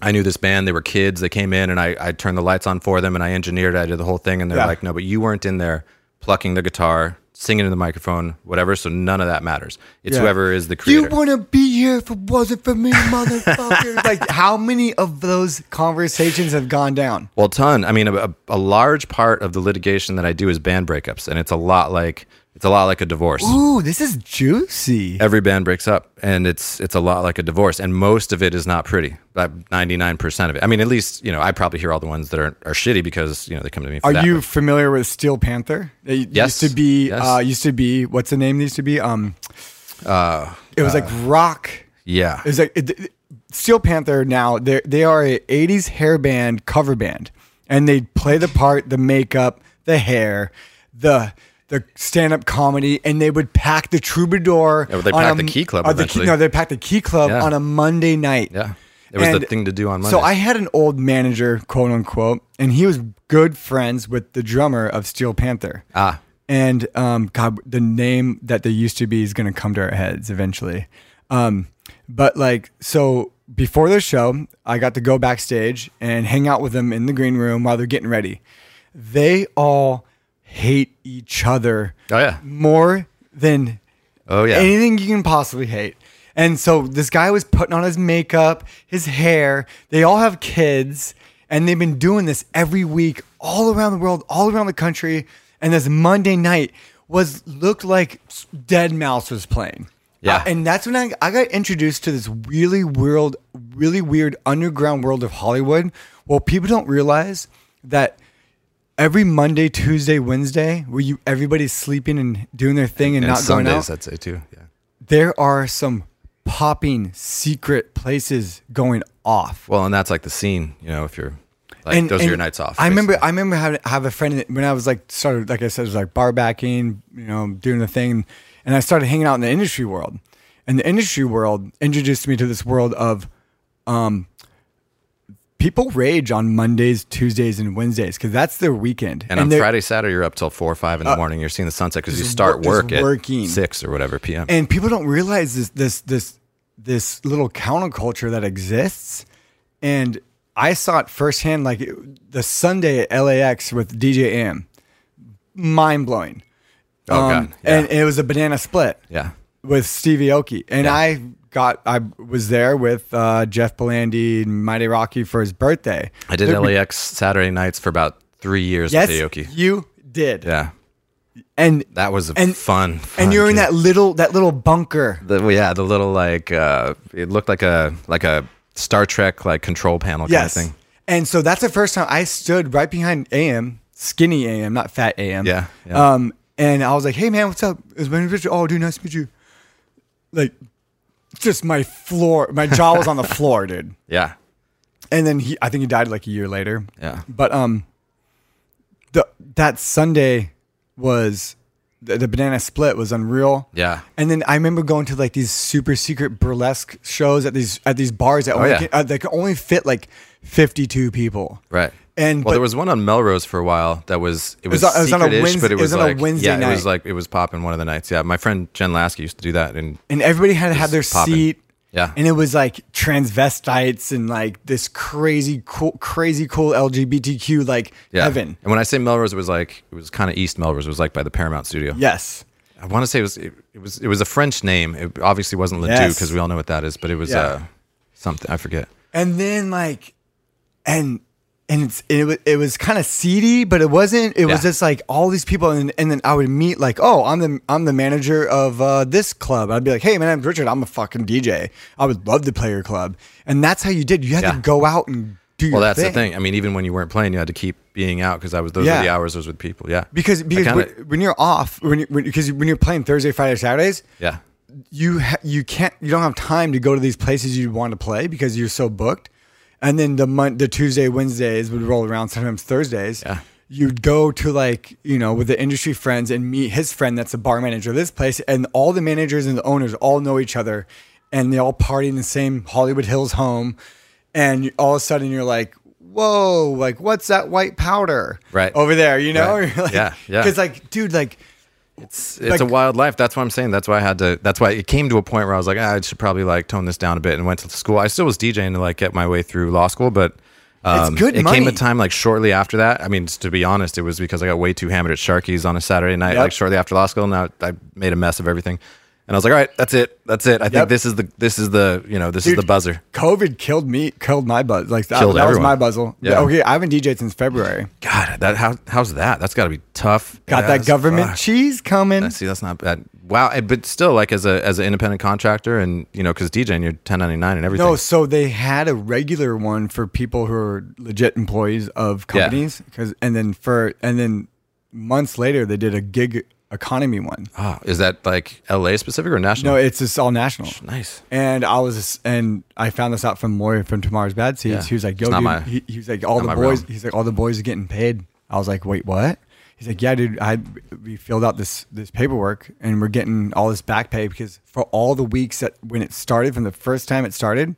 I knew this band. They were kids. They came in and I, I turned the lights on for them and I engineered. it. I did the whole thing. And they're Yeah. like, no, but you weren't in there plucking the guitar, singing in the microphone, whatever. So none of that matters. It's Yeah. whoever is the You creator. wanna be here if it wasn't for me, motherfucker. like how many of those conversations have gone down? Well, ton. I mean, a- a, a large part of the litigation that I do is band breakups, and it's a lot like it's a lot like a divorce. Ooh, this is juicy. Every band breaks up, and it's it's a lot like a divorce, and most of it is not pretty. About ninety nine percent of it. I mean, at least you know I probably hear all the ones that are, are shitty because you know they come to me. For Are that, you but- familiar with Steel Panther? It Yes. used to be Yes. uh used to be what's the name it used to be? Um it was like rock yeah. It was like it, it- Steel Panther. Now they they are a '80s hair band cover band, and they play the part, the makeup, the hair, the the stand up comedy, and they would pack the Troubadour. Yeah, but they on packed the Key Club uh, the eventually. no, they packed the Key Club Yeah. on a Monday night. Yeah. It was the thing to do on So Mondays. I had an old manager, quote unquote, and he was good friends with the drummer of Steel Panther. Ah. And um, God, the name that they used to be is going to come to our heads eventually. Um, but like, so before the show, I got to go backstage and hang out with them in the green room while they're getting ready. They all hate each other Oh yeah. more than Oh yeah. anything you can possibly hate. And so this guy was putting on his makeup, his hair. They all have kids, and they've been doing this every week, all around the world, all around the country. And this Monday night was looked like s- Dead Mouse was playing. Yeah. Uh, and that's when I, I got introduced to this really weird, really weird underground world of Hollywood. Well, people don't realize that every Monday, Tuesday, Wednesday, where you everybody's sleeping and doing their thing and, and not going out Sundays, I'd say too. Yeah. there are some popping secret places going off. Well, and that's like the scene. You know, if you're like those are your nights off. I remember, basically. I remember having have a friend that- when I was like started, like I said, was like bar backing, you know, doing the thing, and I started hanging out in the industry world, and the industry world introduced me to this world of, um, people rage on Mondays, Tuesdays, and Wednesdays because that's their weekend, And, on they're- Friday, Saturday, you're up till four or five in the morning. You're seeing the sunset because you start wor- Uh, just work at working. six or whatever p.m. and people don't realize this this this this little counterculture that exists and i saw it firsthand like it, the sunday at lax with dj am mind-blowing Um, oh god, yeah. and it was a banana split yeah. with stevie oki and i got i was there with uh, jeff Belandi and mighty rocky for his birthday I did LAX Saturday nights for about three years yes with karaoke. you did Yeah, and that was a And- fun, and you're in that fun little that little bunker gig. The, yeah, the little like uh, it looked like a like a Star Trek like control panel Yes. kind of thing. And so that's the first time I stood right behind AM, skinny AM, not fat AM. Yeah, yeah. Um, and I was like, hey man, what's up? Is my name Richard? Oh, dude, nice to meet you. Like, just my floor, my jaw was on the floor, dude. Yeah, And then he, I think he died like a year later. Yeah. But um, the that Sunday was the, the banana split was unreal. Yeah. And then I remember going to like these super secret burlesque shows at these at these bars that only Oh, yeah. can, uh, that can only fit like fifty two people. right. And but- well, there was one on Melrose for a while that was it was, was on- it was on a secret-ish, Wednes- but it it was was, on a like Wednesday yeah, it night. was like it was popping one of the nights. Yeah, my friend Jen Lasky used to do that, and and everybody had had their Just popping. seat. Yeah. And it was like transvestites and like this crazy cool crazy cool LGBTQ like yeah. heaven. And when I say Melrose, it was like it was kind of East Melrose. It was like by the Paramount Studio. Yes. I want to say it was it, it was it was a French name. It obviously wasn't Ledoux Yes. because we all know what that is, but it was Yeah. uh, something I forget. and then like and and it's, it was it was kind of seedy, but it wasn't. It was Yeah. just like all these people, and, and then I would meet like, oh, I'm the I'm the manager of uh, this club. I'd be like, hey, my name's Richard. I'm a fucking DJ. I would love to play your club, and that's how you did. You had Yeah. to go out and do. Well, your that's the thing. I mean, even when you weren't playing, you had to keep being out because I was those were Yeah. the hours I was with people. Yeah, because I because kinda- when, when you're off, when you when, because when you're playing Thursday, Friday, Saturdays, yeah, you ha- you can't you don't have time to go to these places you want to play because you're so booked. And then the mon- the Tuesday Wednesdays would roll around sometimes Thursdays. Yeah. You'd go to like you know with the industry friends and meet his friend that's the bar manager of this place, and all the managers and the owners all know each other, and they all party in the same Hollywood Hills home, and you, all of a sudden you're like, whoa, like what's that white powder Right. over there? You know, Right. You're like, Yeah, yeah. Because like, dude, like it's it's a like- wild life. That's what I'm saying. That's why I had to. That's why it came to a point where I was like, ah, I should probably like tone this down a bit and went to school. I still was DJing to like get my way through law school, but it's good it money. came a time like shortly after that. I mean, to be honest, it was because I got way too hammered at Sharky's on a Saturday night, Yep. like shortly after law school. And I, I made a mess of everything. And I was like, all right, that's it. That's it. I think Yep. this is the, this is the, you know, this Dude, is the buzzer. COVID killed me, killed my buzz. Like that, Killed that was everyone. my buzzle. Yeah. Okay, I haven't DJed since February. God, that, how, how's that? That's gotta be tough. Got as that government fuck. cheese coming. I see. That's not bad. Wow. eh, But still like as a, as an independent contractor and you know, cause DJing you're 1099 and everything. No, so they had a regular one for people who are legit employees of Yeah. companies, 'cause- and then for and then months later they did a gig economy one. Ah, is that like LA specific or national? No, it's just all national. Oh. nice. And I was, and I found this out from Lori from Tomorrow's Bad Seeds. Yeah. He was like, "Yo, It's not dude," my- he, he was like, "All not the my boys," realm. he's like, "All the boys are getting paid." I was like, "Wait, what?" He's like, "Yeah, dude, I we filled out this this paperwork, and we're getting all this back pay because for all the weeks that when it started, from the first time it started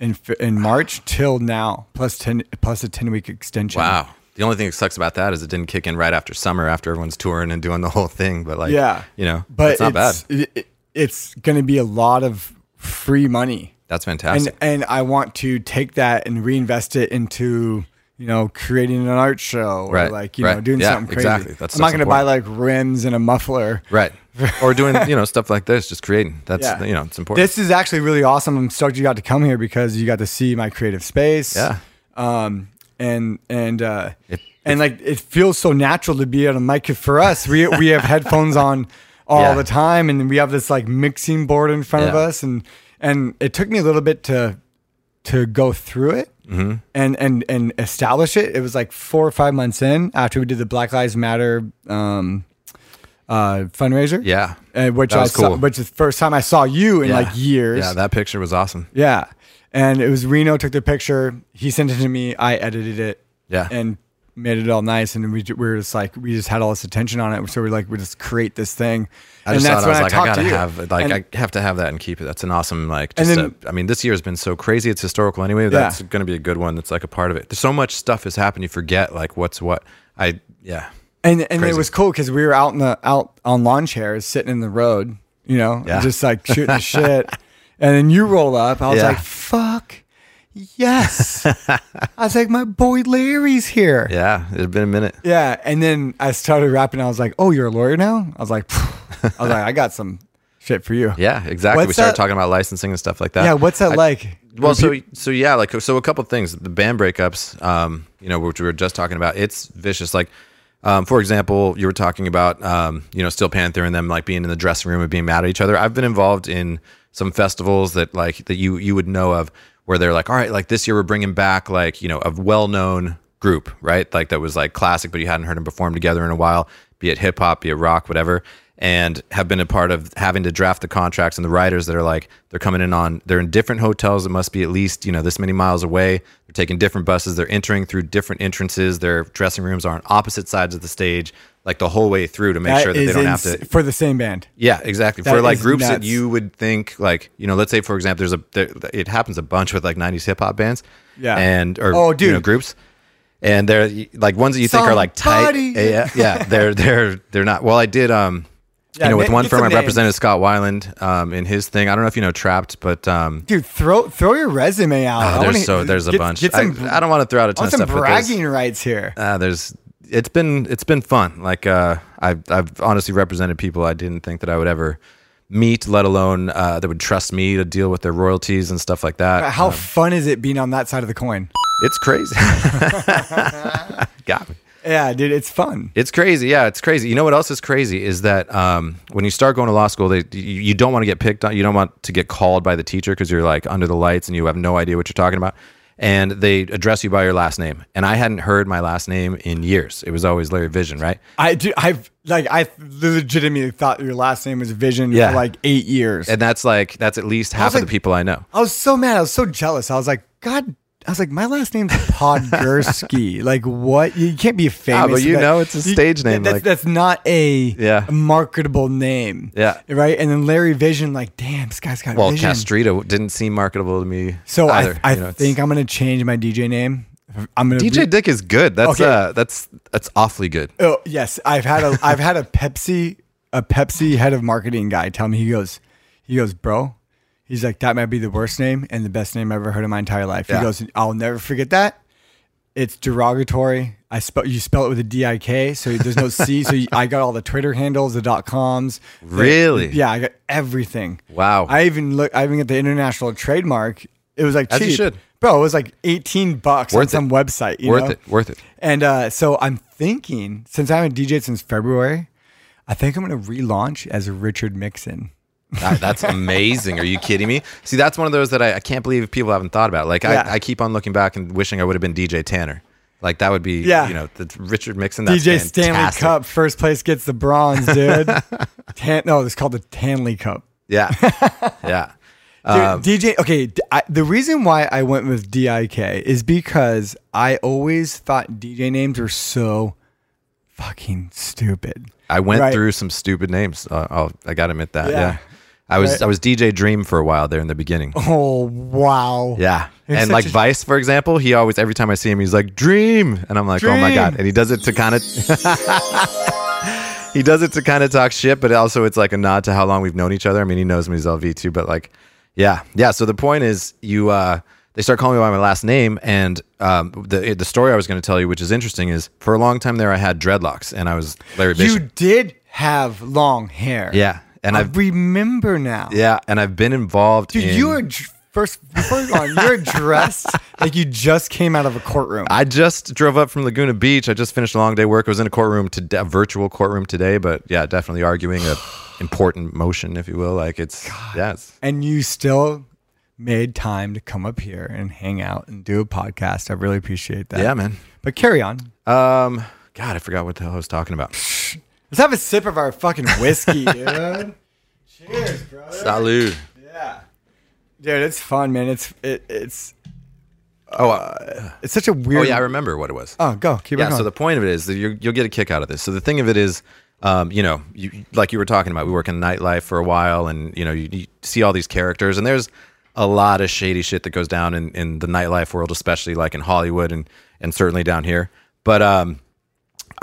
in Fe- in March till now, plus ten plus a ten week extension." Wow. The only thing that sucks about that is it didn't kick in right after summer, after everyone's touring and doing the whole thing. But like, yeah, you know, but it's not bad. it- it- it's going to be a lot of free money. That's and fantastic. and I want to take that and reinvest it into you know creating an art show or Right, like you know right. doing Yeah, something crazy. exactly. That I'm not stuff's going to buy like rims and a muffler. right. or doing, you know, stuff like this, just creating. That's, Yeah. you know, it's important. This is actually really awesome. I'm stoked you got to come here because you got to see my creative space. Yeah. Um. And and uh. If- and like it feels so natural to be on a mic for us. We we have headphones on all Yeah. the time, and we have this like mixing board in front of Yeah. us, and and it took me a little bit to to go through it Mm-hmm. and and and establish it. It was like four or five months in after we did the Black Lives Matter um, uh, fundraiser. Yeah. uh, which That I was saw, cool. which is the first time I saw you in Yeah. like years. Yeah. That picture was awesome. Yeah. And it was Reno took the picture. He sent it to me. I edited it. Yeah. And made it all nice. And we, ju- we were just like, we just had all this attention on it. So we're like, we just create this thing. I and just that's thought when I was talked like, I to gotta you. have like And- I have to have that and keep it. That's an awesome like. And Just then- a, I mean, this year has been so crazy. It's historical anyway. That's Yeah. going to be a good one. That's like a part of it. There's so much stuff has happened. You forget like what's what. I yeah. And and it Crazy. was cool because we were out in the out on lawn chairs, sitting in the road, you know, Yeah. just like shooting the shit. And then you roll up. I was Yeah. like, "Fuck, yes!" I was like, "My boy Larry's here." Yeah. It's been a minute. Yeah, and then I started rapping. I was like, "Oh, you're a lawyer now?" I was like, "Phew." "I was like, I got some shit for you." Yeah, exactly. What's we started that- talking about licensing and stuff like that. yeah. What's that I- like? Well, so so yeah, like so a couple things. The band breakups, um, you know, which we were just talking about. It's vicious. Like, um, for example, you were talking about, um, you know, Steel Panther and them like being in the dressing room and being mad at each other. I've been involved in some festivals that like that you you would know of where they're like, all right, like this year we're bringing back like you know a well known group, right? Like that was like classic, but you hadn't heard them perform together in a while. Be it hip hop, be it rock, whatever and have been a part of having to draft the contracts and the writers that are like they're coming in on they're in different hotels that must be at least you know this many miles away they're taking different buses they're entering through different entrances their dressing rooms are on opposite sides of the stage like the whole way through to make That sure that they is don't ins- have to for the same band. yeah, exactly. That for like is groups that nuts. you would think like, you know, let's say for example, there's a there, it happens a bunch with like '90s hip hop bands, Yeah. and or Oh, oh, dude. dude. groups, and they're like ones that you think are like tight, Somebody. yeah, yeah, they're they're they're not. Well, I did um, Yeah, you know, with na- one get firm I some names. represented Scott Weiland um in his thing. I don't know if you know Trapped, but um, Dude, throw throw your resume out. I oh, wanna there's so get- there's a get- bunch. Get some, I, I don't want to throw out a I ton want of some stuff, but there's- bragging rights here. uh, there's it's been it's been fun. Like uh, I've I've honestly represented people I didn't think that I would ever meet, let alone uh, that would trust me to deal with their royalties and stuff like that. How fun is it being on that side of the coin? It's crazy. Got me. Yeah, dude, it's fun. It's crazy. Yeah, it's crazy. You know what else is crazy is that um, when you start going to law school, they, you, you don't want to get picked on. You don't want to get called by the teacher because you're like under the lights and you have no idea what you're talking about. And they address you by your last name. And I hadn't heard my last name in years. It was always Larry Vision, right? I do. I've like I legitimately thought your last name was Vision Yeah. for like eight years. and that's like that's at least half was of the like- people I know. I was so mad. I was so jealous. I was like, God. I was like, my last name's Podgurski. like, what? You can't be famous. Ah, for but you that. know it's a You- stage name, That's, like- that's not a Yeah. marketable name. Yeah. Right. And then Larry Vision, like, damn, this guy's got Well, vision. Castrito didn't seem marketable to me. so either. I, I you know, it's- think I'm gonna change my DJ name. I'm gonna DJ re- Dick is good. That's Okay. uh, that's that's awfully good. Oh yes, I've had a I've had a Pepsi a Pepsi head of marketing guy tell me he goes he goes bro, he's like that might be the worst name and the best name I ever heard in my entire life. Yeah. He goes I'll never forget that. It's derogatory. I spell you spell it with a D I K, so there's no C. so you, I got all the Twitter handles, the dot coms. the- Really? yeah, I got everything. Wow. I even look. I even got the international trademark. It was like As you cheap, should. bro. It was like 18 bucks on Worth it. some website. You worth know? it. Worth it. And uh, so I'm thinking, since I haven't DJed since February, I think I'm going to relaunch as Richard Mixon. That- Ah, that's amazing. Are you kidding me? See, that's one of those that I, I can't believe people haven't thought about. Like, Yeah. I, I keep on looking back and wishing I would have been DJ Tanner. Like, that would be, Yeah. you know, the, Richard Mixon. That's DJ fantastic. Stanley Cup, first place gets the bronze, dude. Tan- no, it's called the Tanley Cup. Yeah. yeah. Dude, Um, DJ, okay. d I the reason why I went with DIK is because I always thought DJ names were so fucking stupid. I went Right. through some stupid names. Uh, I'll, I got to admit that. Yeah. Yeah. I was Right. I was DJ Dream for a while there in the beginning. Oh, wow. Yeah. You're and such like a- Vice, for example, he always every time I see him, he's like Dream, and I'm like, oh my god, Dream. and he does it to kind of. He does it to kind of talk shit, but also it's like a nod to how long we've known each other. I mean, he knows me as LV too, but like, yeah, yeah. So the point is, you uh, they start calling me by my last name, and um, the the story I was going to tell you, which is interesting, is for a long time there, I had dreadlocks, and I was Larry You Bishop. did have long hair. yeah, and I I've remember now. yeah, and I've been involved. Dude, in- you were dr- first before you on, you were dressed like you just came out of a courtroom. I just drove up from Laguna Beach. I just finished a long day work. I was in a courtroom today, a virtual courtroom today, but yeah, definitely arguing a important motion, if you will. Like it's yes, and you still made time to come up here and hang out and do a podcast. I really appreciate that. yeah, man. But carry on. Um, God, I forgot what the hell I was talking about. Let's have a sip of our fucking whiskey, dude. Cheers, brother. Salud. Yeah. Dude, it's fun, man. It's it, it's Oh, uh, it's such a oh weird yeah, I remember what it was. Oh, go. Keep yeah. it going. So the point of it is that you're, you'll get a kick out of this. So the thing of it is, um, you know, you, like you were talking about, we work in nightlife for a while, and you know, you, you see all these characters, and there's a lot of shady shit that goes down in, in the nightlife world, especially like in Hollywood and and certainly down here. But um,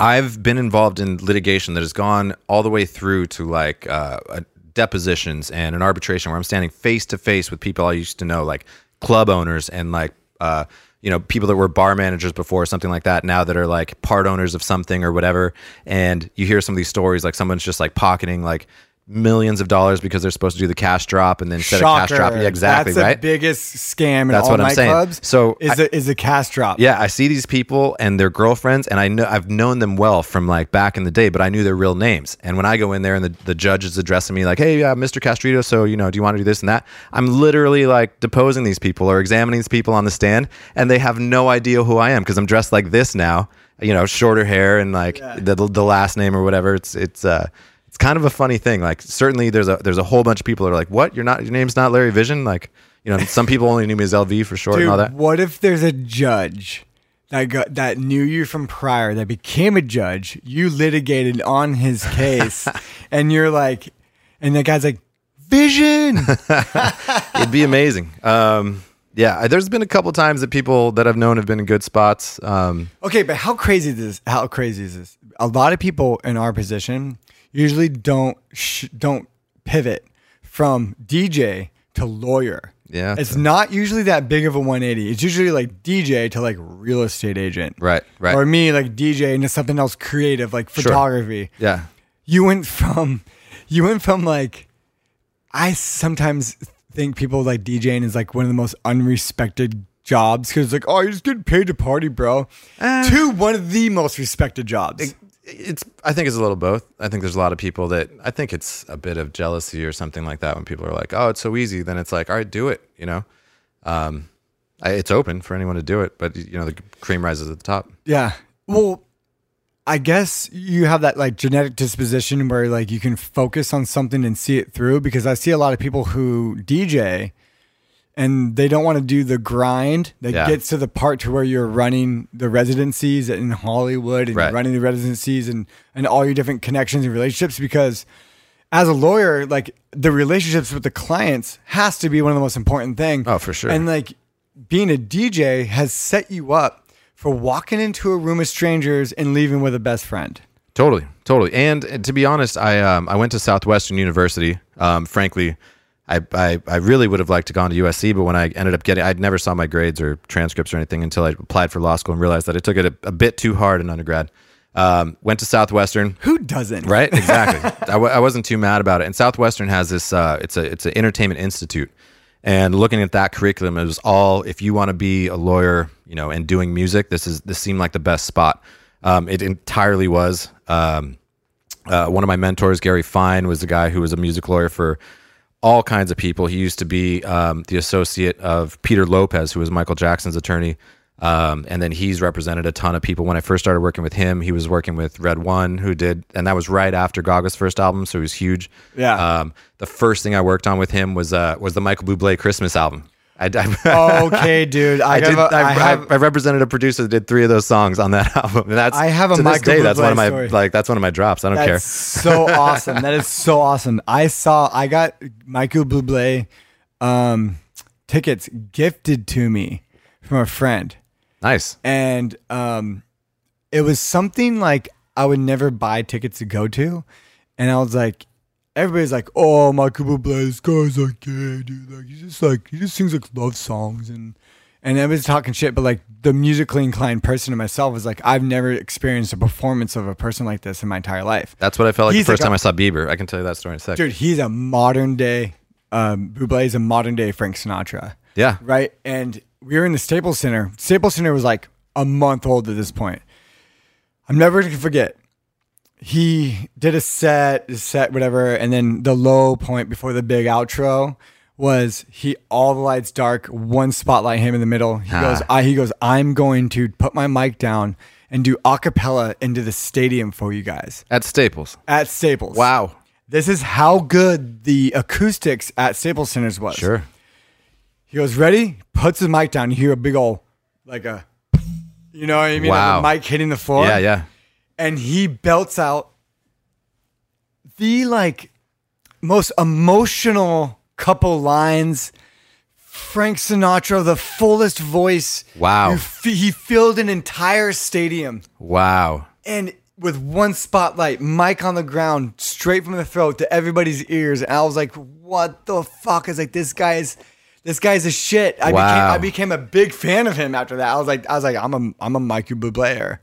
I've been involved in litigation that has gone all the way through to like uh, uh, depositions and an arbitration where I'm standing face to face with people I used to know, like club owners and like uh, you know people that were bar managers before or something like that. Now that are like part owners of something or whatever. And you hear some of these stories, like someone's just like pocketing like millions of dollars because they're supposed to do the cash drop and then instead of cash drop, yeah, exactly That's right. the biggest scam in That's all what I'm saying. nightclubs. So is a, is a cast drop. Yeah, I see these people and their girlfriends, and I know I've known them well from like back in the day, but I knew their real names. And when I go in there and the, the judge is addressing me like, "Hey, uh, Mr. Castrito, so you know, do you want to do this and that?" I'm literally like deposing these people or examining these people on the stand, and they have no idea who I am because I'm dressed like this now. You know, shorter hair and like the, the last name or whatever. It's it's uh it's kind of a funny thing. Like certainly there's a there's a whole bunch of people that are like, "What? You're not your name's not Larry Vision?" Like you know, some people only knew me as LV for short Dude, and all that. What if there's a judge that got, that knew you from prior that became a judge? You litigated on his case, and you're like, and the guy's like, Vision. It'd be amazing. Um, yeah, I- there's been a couple times that people that I've known have been in good spots. Um, okay, but how crazy is this? How crazy is this? A lot of people in our position usually don't sh- don't pivot from DJ to lawyer. Yeah. It's not usually that big of a 180. It's usually like DJ to like real estate agent. Right, right. Or me like DJ into something else creative like photography. yeah, You went from you went from like I sometimes think people like DJing is like one of the most unrespected jobs because like oh you're just getting paid to party bro to one of the most respected jobs it's. I think it's a little both. I think there's a lot of people that I think it's a bit of jealousy or something like that when people are like, "Oh, it's so easy." Then it's like, "All right, do it." You know, um, I, it's open for anyone to do it, but you know, the cream rises at the top. yeah well I guess you have that like genetic disposition where like you can focus on something and see it through because I see a lot of people who DJ and they don't want to do the grind that Yeah. gets to the part to where you're running the residencies in Hollywood and Right. running the residencies and and all your different connections and relationships because as a lawyer like the relationships with the clients has to be one of the most important things. Oh, for sure. And like being a DJ has set you up for walking into a room of strangers and leaving with a best friend. Totally, totally. And uh, to be honest, I um, I went to Southwestern University. Um, frankly, I, I, I really would have liked to gone to USC, but when I ended up getting, I never saw my grades or transcripts or anything until I applied for law school and realized that I took it a, a bit too hard in undergrad. Um, went to Southwestern, Who doesn't? right? Exactly. I, w- I wasn't too mad about it. And Southwestern has this. Uh, it's a it's an entertainment institute, and looking at that curriculum, it was all if you want to be a lawyer, you know, and doing music. This is this seemed like the best spot. Um, it entirely was. Um, uh, one of my mentors, Gary Fine, was a guy who was a music lawyer for all kinds of people. He used to be um, the associate of Peter Lopez, who was Michael Jackson's attorney. Um, and then he's represented a ton of people. When I first started working with him, he was working with Red One, who did, and that was right after Gaga's first album, so he was huge. Yeah. Um, the first thing I worked on with him was uh, was the Michael Bublé Christmas album. I, I, Okay, dude. Oh, I, I, did. gotta- I, I have- I, I represented a producer that did three of those songs on that album. And that's I have a to this Michael day. That's Bublé one of my story. like. That's one of my drops. I don't care. That's so awesome. That is so awesome. I saw I got Michael Bublé um, tickets gifted to me from a friend, Nice. and um, it was something like I would never buy tickets to go to, and I was like. Everybody's like, "Oh, Michael Bublé, this guy's like, yeah, dude, like he's just like he just sings like love songs and and everybody's talking shit." But like the musically inclined person to myself was like, "I've never experienced a performance of a person like this in my entire life." That's what I felt like He's the first like a- time I saw Bieber. I can tell you that story in a second. dude he's a modern day um buble is a modern day frank sinatra Yeah. right and we were in the staples center staples center was like a month old at this point i'm never gonna forget he did a set a set whatever and then the low point before the big outro was he all the lights dark one spotlight him in the middle Ah. he goes i he goes i'm going to put my mic down and do a cappella into the stadium for you guys At Staples. at staples Wow. this is how good the acoustics at Staples Centers was. Sure. He goes, ready? Puts his mic down. You hear a big old, like a, you know what I mean? Wow. Like a mic hitting the floor. Yeah. Yeah. And he belts out the like most emotional couple lines. Frank Sinatra, the fullest voice. Wow. You f- he filled an entire stadium Wow. and with one spotlight, mic on the ground, straight from the throat to everybody's ears, and I was like, "What the fuck?" Is like this guy is, this guy's a shit. I Wow. became I became a big fan of him after that. I was like, I was like, I'm a I'm a Michael Bubléer,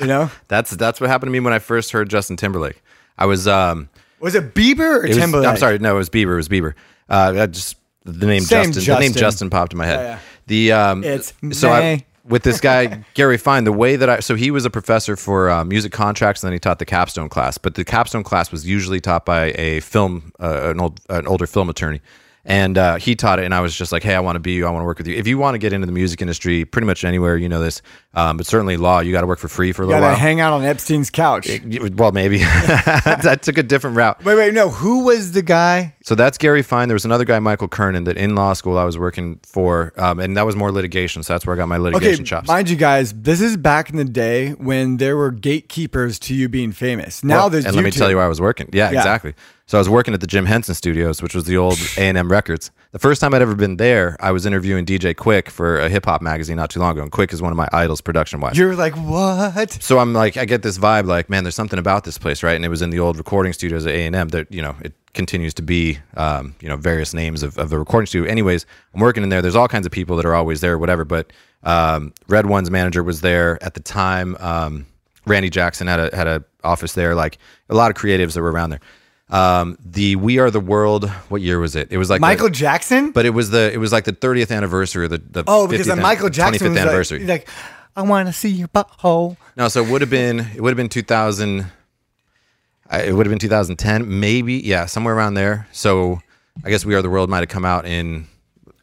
you know? That's that's what happened to me when I first heard Justin Timberlake. I was um. Was it Bieber or It was, Timberlake? I'm sorry. No, it was Bieber. It was Bieber. Uh, I just the name Same Justin, The name Justin. Oh, Justin popped in my head. yeah. The um. It's so I, May. with this guy Gary Fine. The way that I so he was a professor for uh, music contracts, and then he taught the capstone class. But the capstone class was usually taught by a film, uh, an old, an older film attorney. And uh, he taught it, and I was just like, "Hey, I want to be you. I want to work with you. If you want to get into the music industry, pretty much anywhere, you know this. Um, but certainly law, you got to work for free for a You little gotta while. hang out on Epstein's couch. You- well, maybe I took a different route. wait, wait, no. Who was the guy? So that's Gary Fine. There was another guy, Michael Kernan, that in law school I was working for, um, and that was more litigation. So that's where I got my litigation Okay, chops. mind you guys, this is back in the day when there were gatekeepers to you being famous. Now Well, there's and let me YouTube. tell you where I was working. Yeah, Yeah. exactly. So I was working at the Jim Henson Studios, which was the old A and M Records. The first time I'd ever been there, I was interviewing DJ Quick for a hip hop magazine not too long ago, and Quick is one of my idols production wise. You're like, what? so I'm like, I get this vibe, like, man, there's something about this place, right? And it was in the old recording studios at A and M that you know it continues to be, um, you know, various names of, of the recording studio. Anyways, I'm working in there. There's all kinds of people that are always there, whatever. But um, Red One's manager was there at the time. Um, Randy Jackson had a had a office there, like a lot of creatives that were around there. Um, the We Are the World, what year was it? It was like the- Michael Jackson? but it was the it was like the 30th anniversary or the, the Oh, because 50th then Michael Jackson 25th was anniversary. like, like, I want to see your butthole. No, so it would have been it would have been 2000. I- It would have been 2010, maybe. Yeah, somewhere around there. So I guess We Are the World might have come out in.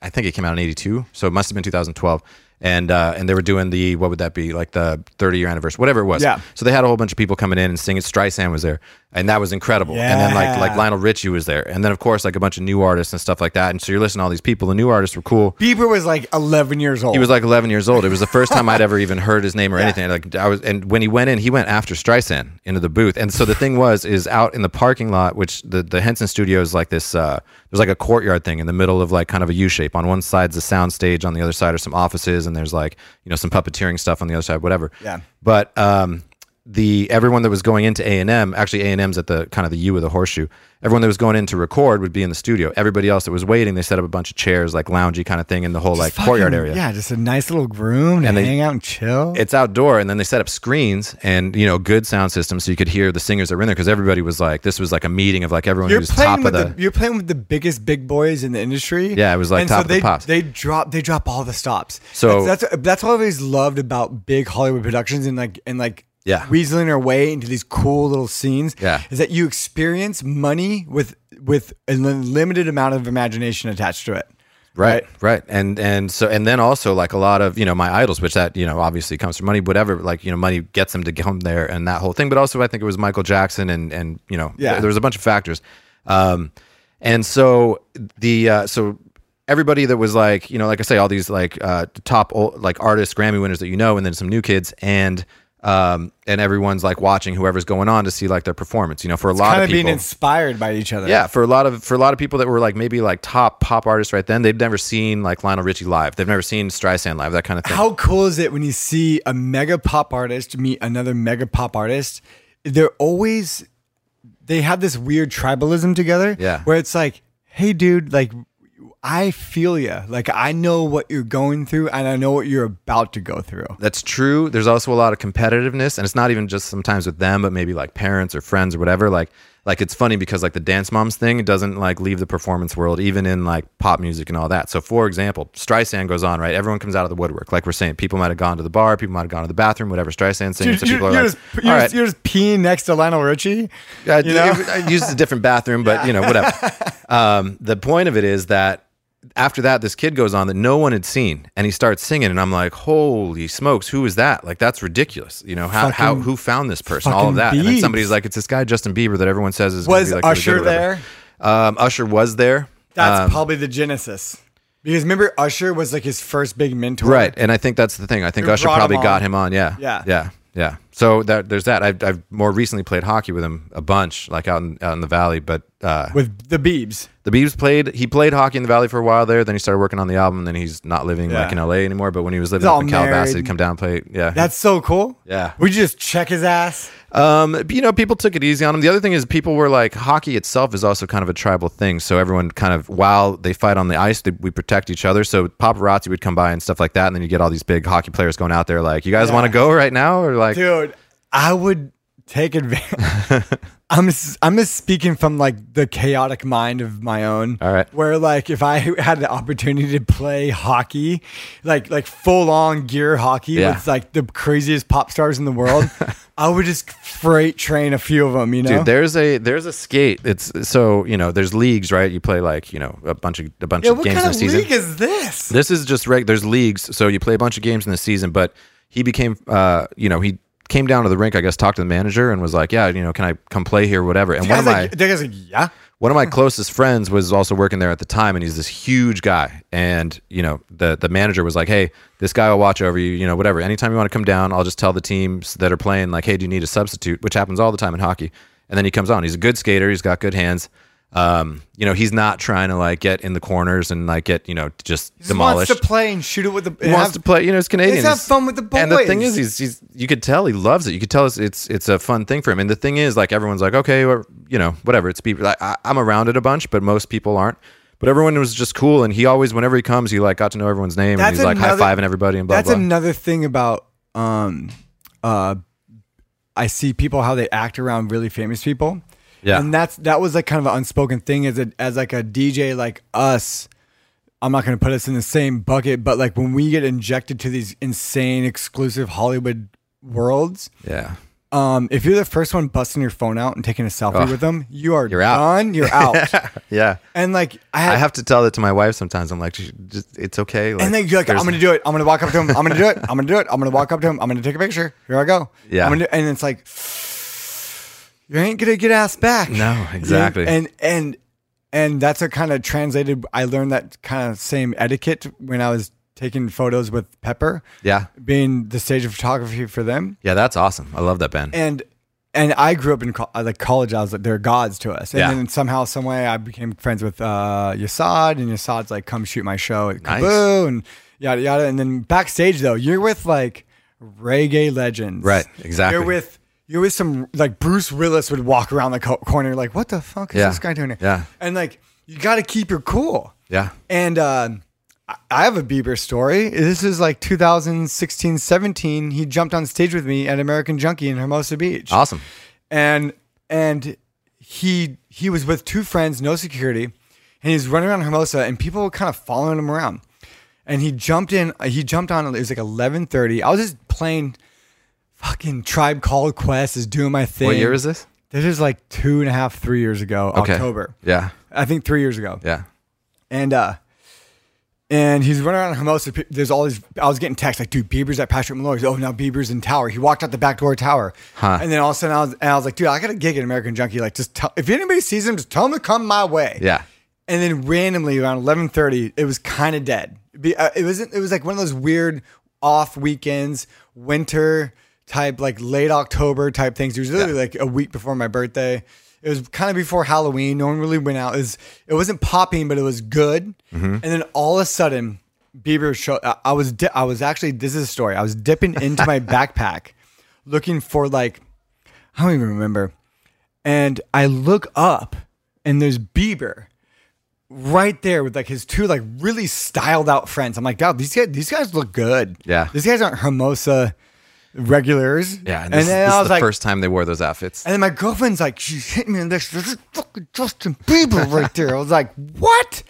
I think it came out in '82, so it must have been 2012. And uh, and they were doing the what would that be like the 30 year anniversary, whatever it was. Yeah. So they had a whole bunch of people coming in and singing. Streisand was there, and that was incredible. And then like like Yeah. Lionel Richie was there, and then of course like a bunch of new artists and stuff like that. And so you're listening to all these people. The new artists were cool. Bieber was like 11 years old. He was like 11 years old. It was the first time I'd ever even heard his name or anything. Like I was, and when he went in, he went after Streisand into the booth. And so the thing was, is out in the parking lot, which the the Henson Studio is like this. Uh, there's like a courtyard thing in the middle of like kind of a U shape. On one side's the sound stage, on the other side are some offices, and there's like you know some puppeteering stuff on the other side, whatever. Yeah. But um, the everyone that was going into A and M, actually A and M's at the kind of the U of the horseshoe. Everyone that was going in to record would be in the studio. Everybody else that was waiting, they set up a bunch of chairs, like loungy kind of thing, in the whole like courtyard Fucking- area. Yeah, just a nice little room to And they- hang out and chill. It's outdoor, and then they set up screens and you know good sound system, so you could hear the singers that were in there because everybody was like, this was like a meeting of like everyone you're who's top playing of the. with the, you're playing with the biggest big boys in the industry. Yeah, it was like and top so of the they, pops. They drop they drop all the stops. So- that's that's, that's what I always loved about big Hollywood productions and like and like Yeah. weaseling our way into these cool little scenes. Yeah. is that you experience money with with a li- limited amount of imagination attached to it. right right and and so and then also like a lot of you know my idols which that you know obviously comes from money whatever like you know money gets them to come there and that whole thing but also i think it was michael jackson and and you know Yeah. th- there was a bunch of factors um and so the uh so everybody that was like you know like i say all these like uh top old, like artists grammy winners that you know and then some new kids and um and everyone's like watching whoever's going on to see like their performance you know for a lot Kind of of people being inspired by each other. yeah, for a lot of for a lot of people that were like maybe like top pop artists right then, they've never seen like Lionel Richie live. They've never seen Streisand live, that kind of thing. How cool is it when you see a mega pop artist meet another mega pop artist? They're always they have this weird tribalism together. Yeah. Where it's like, hey, dude, like I feel you. Like I know what you're going through, and I know what you're about to go through. That's true. There's also a lot of competitiveness, and it's not even just sometimes with them, but maybe like parents or friends or whatever. Like, like it's funny because like the dance moms thing doesn't like leave the performance world, even in like pop music and all that. So, for example, Streisand goes on right. Everyone comes out of the woodwork. Like we're saying, people might have gone to the bar, people might have gone to the bathroom, whatever. Streisand singing, You're, so you're- people are you're like, just, you're all just- right, you're just peeing next to Lionel Richie. I, you know? Uh, I used a different bathroom, but you know, whatever. um, the point of it is that after that, this kid goes on that no one had seen, and he starts singing, and I'm like, "Holy smokes, who is that? Like, that's ridiculous. You know, how how Fucking- who found this person? All fucking of that." And then Biebs. somebody's like, "It's this guy Justin Bieber that everyone says is gonna Was be, like, really Usher good or whatever." there? Um, Usher was there. That's Um, probably the genesis. Because remember, Usher was like his first big mentor. Right, and I think that's the thing. I think Who Usher brought him probably on. got him on. Yeah, Yeah. yeah, yeah. So that, there's that. I've, I've more recently played hockey with him a bunch, like out in out in the valley. But uh, With the Biebs. The Beavs played. He played hockey in the Valley for a while there. Then he started working on the album. and Then he's not living Yeah. like in LA anymore. But when he was living He's up all in Calabasas, married. he'd come down and play. Yeah, That's so cool. Yeah. We just check his ass. um. but, You know, people took it easy on him. The other thing is, people were like, hockey itself is also kind of a tribal thing. So everyone kind of while they fight on the ice, they, we protect each other. So paparazzi would come by and stuff like that. And then you get all these big hockey players going out there like, you guys want to go right now or like. dude i would take advantage i'm just, i'm just speaking from like the chaotic mind of my own All right. where like if i had the opportunity to play hockey like like full on gear hockey Yeah. with like the craziest pop stars in the world i would just freight train a few of them you know Dude, there's a there's a skate. It's so you know there's leagues, right? You play like you know a bunch of a bunch yeah, of what games kind in a of season. league is this This is just reg. There's leagues, so you play a bunch of games in the season. But he became, uh, you know, he came down to the rink. I guess talked to the manager and was like, "Yeah, you know, can I come play here, whatever." And The one of guy's my like, the guy's like, yeah one of my closest friends was also working there at the time, and he's this huge guy. And you know, the the manager was like, "Hey, this guy will watch over you. You know, whatever. Anytime you want to come down, I'll just tell the teams that are playing, like, hey, do you need a substitute?" Which happens all the time in hockey. And then he comes on. He's a good skater. He's got good hands. Um, you know, he's not trying to like get in the corners and like get you know just He just demolished. wants to play and shoot it with the He wants to play. You know, it's Canadian. Let's have fun with the And the thing boys. is, he's, he's you could tell he loves it. You could tell it's it's, it's a fun thing for him. And the thing is, like everyone's like, okay, or, you know, whatever. It's people. I, I- I'm around it a bunch, but most people aren't. But everyone was just cool, and he always, whenever he comes, he like got to know everyone's name, and he's like high fiving everybody and blah that's blah. another thing about um uh I see people how they act around really famous people. Yeah. And that's that was like kind of an unspoken thing as a as like a DJ like us. I'm not gonna put us in the same bucket, but like when we get injected to these insane exclusive Hollywood worlds, yeah, um, if you're the first one busting your phone out and taking a selfie Ugh. with them, you are You're out. done, you're out. yeah. and like I I have, have to tell that to my wife sometimes. I'm like, "Just- just, it's okay. Like, and then you're like, I'm there's- gonna do it. I'm gonna walk up to him. I'm gonna do it. I'm gonna do it. I'm gonna walk up to him. I'm gonna take a picture. Here I go. Yeah. I'm gonna do, and it's like, you ain't gonna get asked back. No, exactly. And and and that's a kind of translated. I learned that kind of same etiquette when I was taking photos with Pepper. Yeah. Being the stage of photography for them, yeah, that's awesome. I love that band. and and I grew up in co- uh, like college. I was like, they're gods to us. And Yeah. then somehow, some way, I became friends with uh, Yasad, and Yasad's like, come shoot my show at Nice. Kaboo, and yada yada. And then backstage though, you're with like reggae legends, Right, exactly. You're with you always some like Bruce Willis would walk around the co- corner like, what the fuck is Yeah. this guy doing here? Yeah. and like you got to keep your cool. Yeah. And um, I- I have a Bieber story. This is like 2016, 17. He jumped on stage with me at American Junkie in Hermosa Beach. Awesome. And and he he was with two friends, no security, and he's running around Hermosa, and people were kind of following him around. And he jumped in. He jumped on. It was like 11:30. I was just playing. Fucking Tribe Called Quest is doing my thing. What year is this? This is like two and a half, three years ago, Okay. October. Yeah. I think three years ago Yeah. and uh and he's running around Hermosa. Pe- There's all these. I was getting texts like, "Dude, Bieber's at Patrick Malloy's." Oh, now Bieber's in Tower. He walked out the back door of Tower, Huh. and then all of a sudden, I was, and I was like, "Dude, I got a gig at American Junkie. Like, just tell, if anybody sees him, just tell him to come my way." Yeah. And then randomly around 11:30, it was kind of dead. Be- uh, It wasn't. It was like one of those weird off weekends, winter type, like late October type things. It was literally like a week before my birthday. It was kind of before Halloween. No one really went out. It, was, it wasn't popping, but it was good. And then all of a sudden, Bieber showed. I, I was. Di- I was actually. This is a story. I was dipping into my backpack, looking for like, I don't even remember. And I look up, and there's Bieber right there with like his two like really styled out friends. I'm like, God, these guys, these guys look good. Yeah. these guys aren't Hermosa regulars. Yeah. and, And this, then this I is was the like, first time they wore those outfits. and then my girlfriend's like, she's hitting me in this. This is fucking Justin Bieber right there. I was like, what?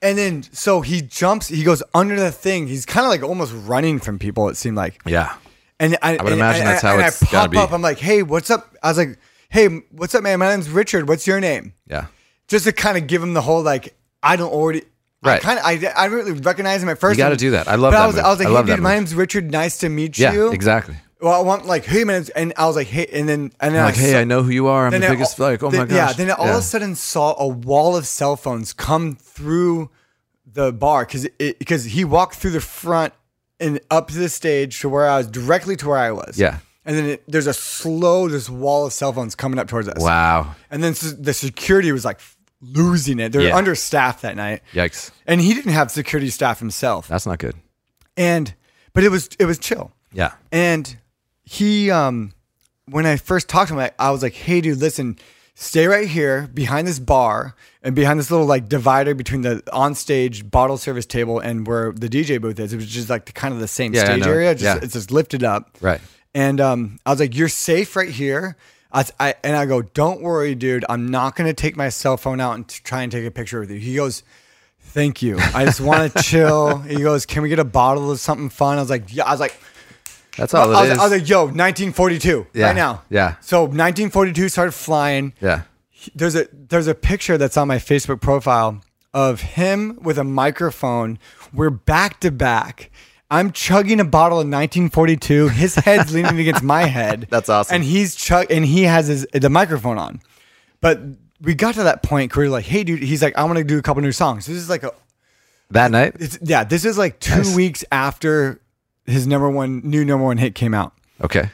And then so he jumps, he goes under the thing. He's kind of like almost running from people. It seemed like. Yeah. And I, would and- imagine and- that's how and it's I pop gotta be. up. I'm like, hey, what's up? I was like, hey, what's up, man? My name's Richard. What's your name? Yeah. just to kind of give him the whole like I don't already. Right. I kind of I, I didn't really recognize him at first. You gotta and- do that. I love but that I was, move. I was like, I hey, love that dude, my move. name's Richard. Nice to meet Yeah. you. Exactly. Well, I want like, hey man, and I was like, hey, and then and then Like, hey, saw- I know who you are. I'm the then I biggest. all- like, oh my then- Yeah. gosh. Then I all yeah. of a sudden saw a wall of cell phones come through the bar because it because he walked through the front and up to the stage to where I was directly to where I was. Yeah. And then it, there's a slow this wall of cell phones coming up towards us. Wow. And then s- the security was like losing it. They're Yeah. understaffed that night. Yikes. And he didn't have security staff himself. That's not good. And but it was it was chill. Yeah. And he um when I first talked to him, I, I was like, hey dude, listen, stay right here behind this bar and behind this little like divider between the onstage bottle service table and where the DJ booth is. It was just like the kind of the same Yeah, I stage know. area. Just Yeah. it's just lifted up. Right. And um, I was like, "You're safe right here." I, was- I and I go, "Don't worry, dude. I'm not gonna take my cell phone out and t- try and take a picture with you." He goes, "Thank you. I just want to chill." He goes, "Can we get a bottle of something fun?" I was like, "Yeah." I was like, That's all I it was, is. I was like, "Yo, 1942, Yeah, right now." yeah. So 1942 started flying. yeah. There's a there's a picture that's on my Facebook profile of him with a microphone. We're back to back. I'm chugging a bottle of 1942. His head's leaning against my head. That's awesome. And he's chug and he has his the microphone on. But we got to that point where we we're like, "Hey, dude," he's like, "I want to do a couple new songs." This is like a That night. it's, yeah, this is like two Nice. weeks after his number one new number one hit came out Okay.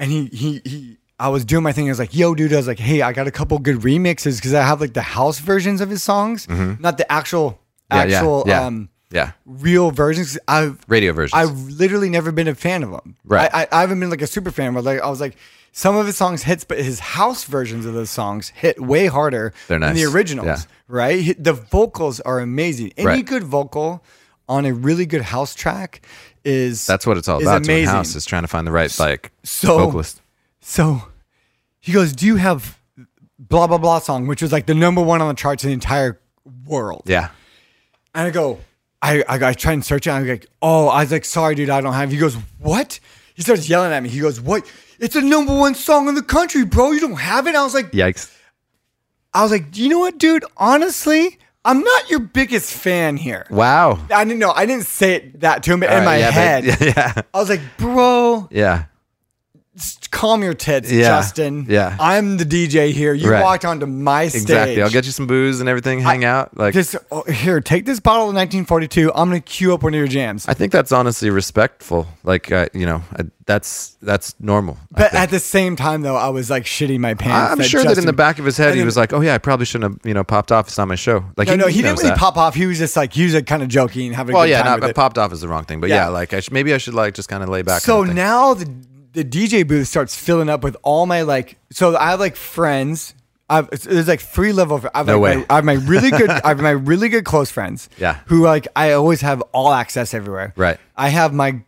and he he he I was doing my thing. I was like, "Yo, dude!" I was like, "Hey, I got a couple good remixes because I have like the house versions of his songs, not the actual Mm-hmm. Yeah, yeah, actual yeah. um Yeah. real versions." I've Radio versions. I've literally never been a fan of them. Right. I, I, I haven't been like a super fan, but like I was like, some of his songs hits, but his house versions of those songs hit way harder They're than the nice. originals. Yeah. Right. He- The vocals are amazing. Any Right. good vocal on a really good house track is That's what it's all is about. Doing Amazing. house is trying to find the right like so- vocalist. So he goes, Do you have blah blah blah song, which was like the number one on the charts in the entire world? Yeah. And I go, I, I, I try and search it. And I'm like, oh, I was like, sorry, dude, I don't have. it." He goes, what? He starts yelling at me. He goes, what? It's the number one song in the country, bro. You don't have it. I was like, Yikes. I was like, you know what, dude? Honestly, I'm not your biggest fan here. Wow. I didn't know. I didn't say it that to him but in All right, my yeah, head. but- yeah. I was like, bro, Yeah. just calm your tits, Yeah, Justin. yeah. I'm the DJ here. You Right. walked onto my stage. Exactly. I'll get you some booze and everything. Hang out. Like Just oh, here, take this bottle of 1942. I'm gonna queue up one of your jams. I think that's honestly respectful. Like uh, you know, I, that's that's normal. I But think. at the same time, though, I was like shitting my pants. I'm sure that in Justin- the back of his and head, he then- was like, "Oh yeah, I probably shouldn't have, you know, popped off. It's not my show." Like, "No, no, he didn't knows really that. pop off. He was just like, he was like kind of joking, having a Well, good yeah, time not, with it. popped off is the wrong thing, but Yeah. yeah, like I sh- maybe I should like just kind of lay back. So and think. now the the DJ booth starts filling up with all my like. So I have like friends. I've, it's- there's like three level. I have, No like, way. My, I have my really good. I have my really good close friends. Yeah. Who like I always have all access everywhere. Right. I have my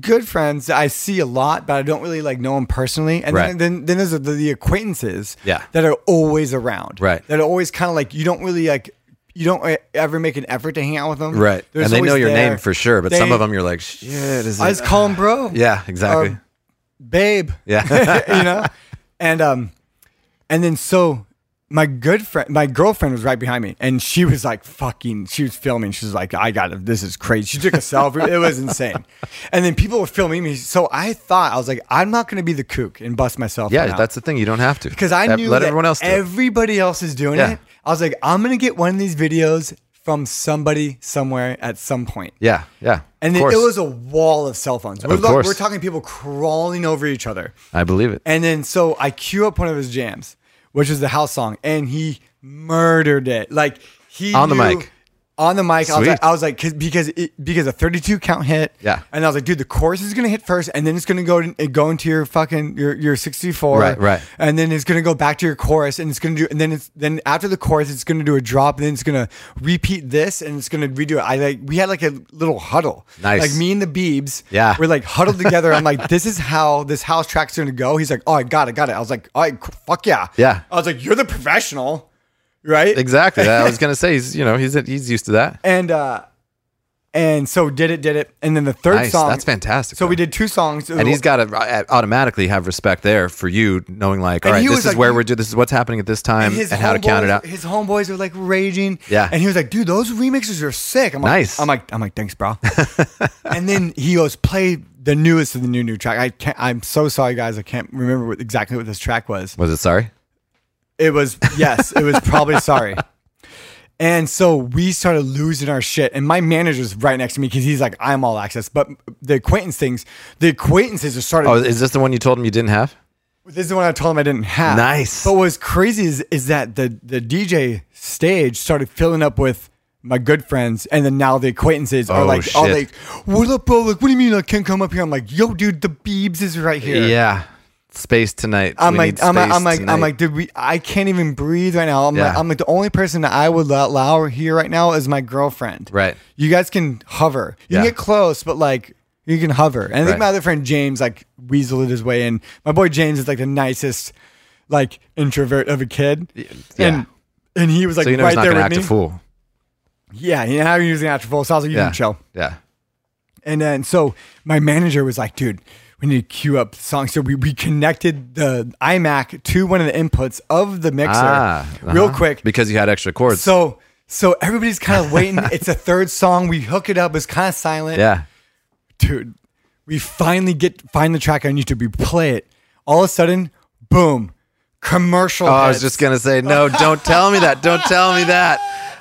good friends that I see a lot, but I don't really like know them personally. And Right. then, then then there's the, the acquaintances. Yeah. That are always around. Right. That are always kind of like you don't really like. You don't eh, ever make an effort to hang out with them, Right. There's and they know always your there. name for sure, but some They- Um, of them you're like, shit, is I it? just call him bro. yeah, exactly. um, babe. yeah. you know? And um and then so my good friend my girlfriend was right behind me and she was like fucking she was filming. She was like, I got it, this is crazy. She took a selfie. It was insane. And then people were filming me. So I thought I was like, I'm not gonna be the kook and bust myself. yeah, that's the thing. You don't have to. because I That- knew let that everyone else do it. everybody else is doing Yeah. it. I was like, I'm gonna get one of these videos from somebody somewhere at some point. Yeah, yeah. And of then it was course. a wall of cell phones. We're, Of lo- course. we're talking people crawling over each other. I believe it. And then so I queue up one of his jams, which is the house song, and he murdered it. Like he On the knew- mic. On the mic, I was Sweet. like, I was like, 'cause- because it, because a 32 count hit, Yeah. and I was like, dude, the chorus is gonna hit first, and then it's gonna go to, go into your fucking your your 64, Right, right. and then it's gonna go back to your chorus, and it's gonna do, and then it's then after the chorus, it's gonna do a drop, and then it's gonna repeat this, and it's gonna redo it. I like we had like a little huddle, Nice. like me and the Beebs, Yeah. we're like like huddled together. I'm like, this is how this house track's gonna go. He's like, oh, I got it, got it. I was like, all right, cool, fuck yeah. Yeah. I was like, you're the professional, right? Exactly. I was gonna say he's you know he's he's used to that. And uh, and so did it, did it. And then the third Nice. song, That's fantastic, So we man. did two songs, And he's got to automatically have respect there for you, knowing like, all And right, he this was is like- where we're doing. This is what's happening at this time, and, how to count it homeboys- out. His homeboys were like raging. Yeah. And he was like, dude, those remixes are sick. I'm like, Nice. I'm like, I'm like, thanks, bro. and then he goes, play the newest of the new new track. I can't I'm so sorry guys. I can't remember what, exactly what this track was. Was it sorry? It was yes, it was probably sorry. And so we started losing our shit. And my manager's right next to me because he's like, I'm all access. But the acquaintance things, the acquaintances are started. Oh, is this the one you told him you didn't have? this is the one I told him I didn't have. Nice. But what's crazy is, is that the, the DJ stage started filling up with my good friends. And then now the acquaintances are Oh, like, all shit. like, what up, bro? Like, what do you mean I can't come up here? I'm like, yo, dude, the Beebs is right here. Yeah. Space tonight. I'm We like, need I'm like, space I'm like, tonight. I'm like, dude, we, I can't even breathe right now. I'm like, Yeah. I'm like, the only person that I would let allow here right now is my girlfriend. Right. You guys can hover. You Yeah. can get close, but like, you can hover. And I think Right. my other friend James like weaseled his way in. My boy James is like the nicest, like introvert of a kid. yeah. And and he was like so you know right he's not there gonna with act me. a fool. Yeah, you know how he was an actor full. So I was like, you Yeah. can chill. Yeah. And then so my manager was like, dude, we need to queue up the song. So we, we connected the iMac to one of the inputs of the mixer Ah. real uh-huh. quick. because you had extra chords. So so everybody's kind of waiting. it's a third song. We hook it up. It's kind of silent. yeah. Dude, we finally get find the track on YouTube. We play it. All of a sudden, boom, commercial. Oh, I was hits. just gonna say no. Don't tell me that. Don't tell me that.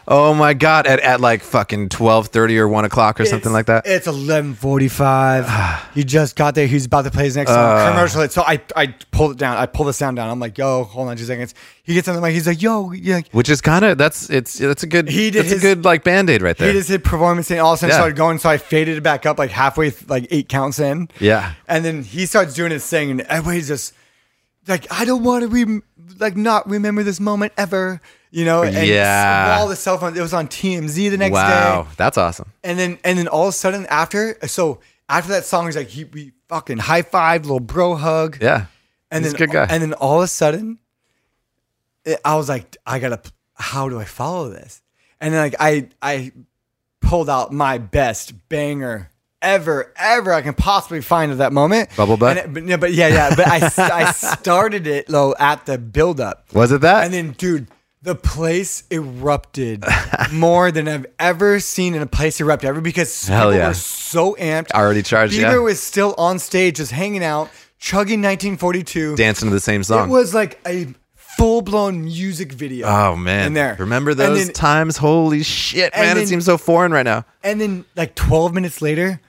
Oh my god! At, at like fucking twelve thirty or one o'clock or It's- something like that. It's eleven forty-five. he just got there. He's about to play his next Uh. song. commercial. hit. So I, I pulled it down. I pulled the sound down. I'm like, yo, hold on two seconds. He gets on the mic. He's like, yo, yeah. Which is kind of that's it's that's a good He did that's his- a good like band aid right there. He just hit performance and all of a sudden Yeah. started going. So I faded it back up like halfway, th- like eight counts in. Yeah. And then he starts doing his thing, and everybody's just like, I don't want to rem like not remember this moment ever. You know, and Yeah. all the cell phones. It was on TMZ the next day. wow, that's awesome. And then and then all of a sudden after so after that song he's like he we fucking high five, little bro hug. Yeah, And he's then a good guy. and then all of a sudden it- I was like I got to how do I follow this? And then like I I pulled out my best banger ever ever I can possibly find at that moment. Bubble butt? And it- but, yeah, but yeah, yeah, but I s- I started it though at the build up. was it that? And then, dude, the place erupted more than I've ever seen in a place erupt ever because Hell people yeah. were so amped. Already charged, Bieber yeah. was still on stage, just hanging out, chugging 1942. Dancing to the same It song. was like a full blown music video. oh man, in there. Remember And those then- times? Holy shit, and man! then- it seems so foreign right now. And then, like 12 minutes later,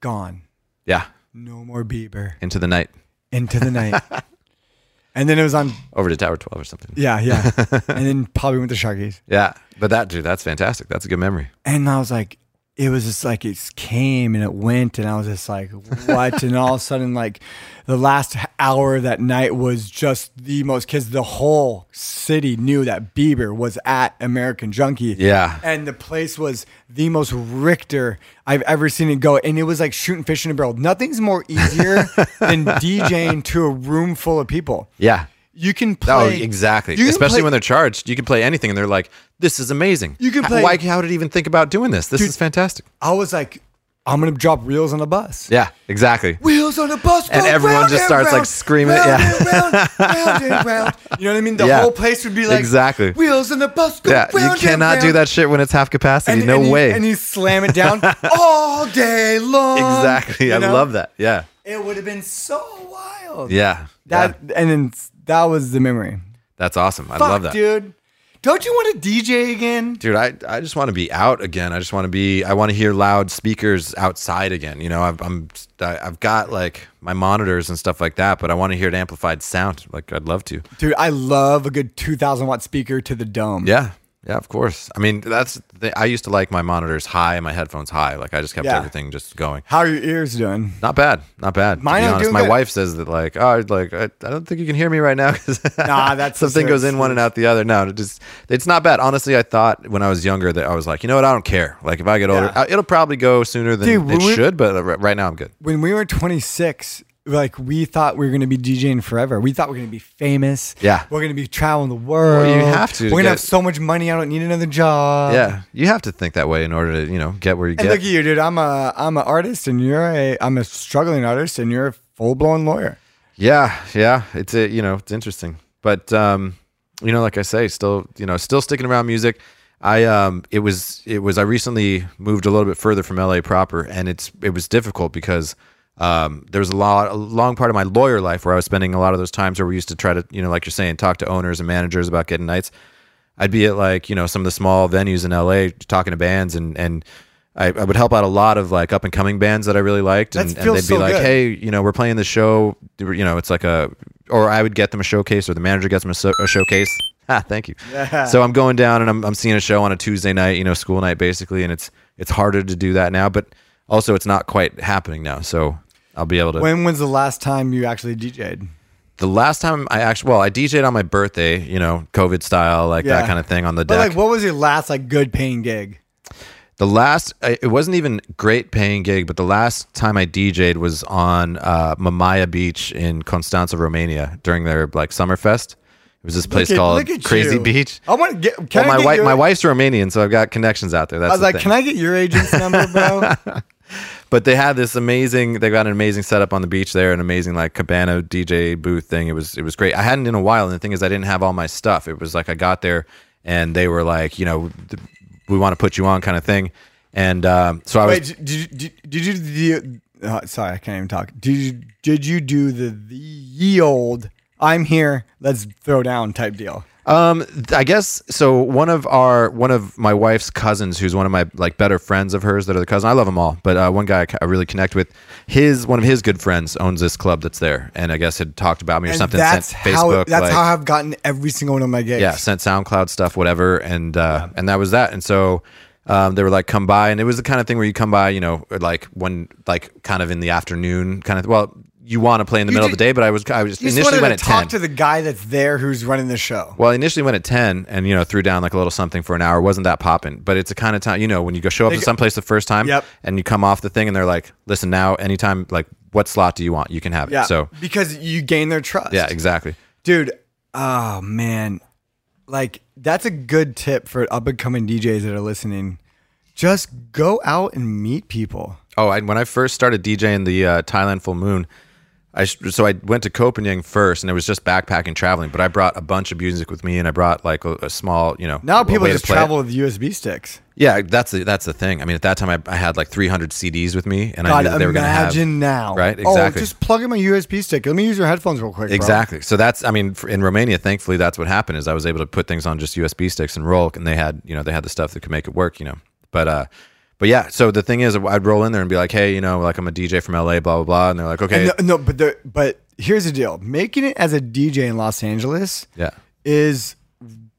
gone. Yeah, No more Bieber. into the night, Into the night. and then it was on. over to Tower Twelve or something. Yeah, Yeah, yeah. and then probably went to Sharky's. but that dude, that's fantastic. That's a good memory. And I was like, it was just like it came and it went, and I was just like, what? and all of a sudden, like the last hour of that night was just the most because the whole city knew that Bieber was at American Junkie. Yeah. And the place was the most Richter I've ever seen it go. And it was like shooting fish in a barrel. Nothing's more easier than DJing to a room full of people. Yeah. You can Oh, play. exactly. you can Especially play- when they're charged, you can play anything, and they're like, "This is amazing." You can How- play- Why? How did he even think about doing this? This Dude. is fantastic. I was like, I'm going to drop reels on a bus. Yeah, exactly. Wheels on a bus, And go everyone round just and starts, like, round, screaming it, Round yeah. and round, round and round. You know what I mean? The Yeah. whole place would be like Exactly. Wheels on the bus, go Yeah, you round cannot and do round. that shit when it's half capacity. And, no and you- way. and you slam it down all day long. exactly. you I know? love that. Yeah. It would have been so wild. Yeah. That Yeah. and then s- that was the memory. That's awesome. I Fuck, love that. dude. Don't you want to DJ again? dude I, I just want to be out again i just want to be i want to hear loud speakers outside again you know I've, i'm I- i've got like my monitors and stuff like that but i want to hear an amplified sound like i'd love to Dude, I love a good 2000 watt speaker to the dome. yeah yeah of course i mean that's the, i used to like my monitors high and my headphones high like i just kept Yeah. everything just going How are your ears doing? not bad not bad Mine to be are honest doing my good. wife says that like oh like I, I don't think you can hear me right now because Nah, that's something goes in hysterics. one and out the other. No, it just it's not bad. Honestly, I thought when I was younger that I was like, you know what, I don't care. Like if I get older, Yeah. I- it'll probably go sooner than Dude, it we- should. But uh, right right now, I'm good. when we were 26 like we thought we were going to be DJing forever. We thought we are going to be famous. Yeah. We're going to be traveling the world. Well, you have to We're to going to get- have so much money. I don't need another job. yeah, you have to think that way in order to you know get where you Oh. And get. look at you, dude. I'm a I'm an artist and you're a I'm a struggling artist and you're a full-blown lawyer. yeah, yeah, it's a, you know it's interesting, but um, you know, like I say, still you know still sticking around music. I um it was it was I recently moved a little bit further from LA proper and it's it was difficult because um there was a lot a long part of my lawyer life where I was spending a lot of those times where we used to try to you know like you're saying talk to owners and managers about getting nights I'd be at like you know some of the small venues in LA talking to bands and and I, I would help out a lot of like up and coming bands that I really liked and, That and they'd feels be so like good. hey you know we're playing the show you know it's like a or I would get them a showcase or the manager gets them a, so- a showcase ah, thank you so I'm going down and I'm I'm seeing a show on a Tuesday night you know school night basically and it's it's harder to do that now but also it's not quite happening now so I'll be able to When was the last time you actually DJ'd? the last time I actually well I DJ'd on my birthday you know COVID style like Yeah. that kind of thing on the But deck like what was your last like good paying gig? The last, I- it wasn't even great paying gig, but the last time I DJ'd was on uh, Mamaia Beach in Constanza, Romania, during their like summer fest. It was this place Look at- called look at Crazy you. Beach. I want to get can Well, I my get wife, your- my wife's Romanian, so I've got connections out there. That's I was the like, thing. "Can I get your agent's number, bro?" But they had this amazing. They got an amazing setup on the beach there, an amazing like cabana DJ booth thing. It was it was great. I hadn't in a while, and the thing is, I didn't have all my stuff. It was like I got there, and they were like, you know, th- we want to put you on, kind of thing. And um, so I was. Wait, did you, did, did you do the? Uh, sorry, I can't even talk. Did you, did you do the the ye old? I'm here. Let's throw down type deal. Um, th- I guess so. One of our, one of my wife's cousins, who's one of my like better friends of hers that are the cousin. I love them all, but uh, one guy I c- I really connect with, his one of his good friends owns this club that's there, and I guess had talked about me or And something. that's sent how Facebook, that's like- how I've gotten every single one of my gigs. yeah, sent SoundCloud stuff, whatever, and uh, and that was that. And so um, they were like, come by, and it was the kind of thing where you come by, you know, like when like kind of in the afternoon, kind of. Well, you want to play in the You middle ju- of the day, but I was I was You just initially wanted went to at talk 10. to the guy that's there who's running the show. Well, I initially went at ten, and you know threw down like a little something for an hour. It wasn't that popping, but it's a kind of time you know when you go show up to go- someplace the first time, Yep. and you come off the thing, and they're like, "Listen, now anytime, like what slot do you want? You can have it." Yeah, So because you gain their trust. yeah, exactly. dude. Oh man, like that's a good tip for up and coming DJs that are listening. Just go out and meet people. Oh, I, when I first started DJing the uh, Thailand Full Moon, I sh- so I went to Copenhagen first, and it was just backpacking traveling. But I brought a bunch of music with me, and I brought like a, a small, you know, Now a people way to just play it. travel with USB sticks. Yeah, that's the, that's the thing. I mean, at that time, I, I had like 300 CDs with me, and I God, knew that they were going to have. imagine now. right? Oh, Exactly. just plug in my USB stick. Let me use your headphones real quick. bro. Exactly. So that's, I mean, for- in Romania, thankfully, that's what happened is I was able to put things on just USB sticks and roll, and they had, you know, they had the stuff that could make it work, you know. But, uh, but yeah. So the thing is, I'd roll in there and be like, hey, you know, like I'm a DJ from LA, blah blah blah, and they're like, okay, And no, no, but the, but here's the deal: making it as a DJ in Los Angeles yeah, is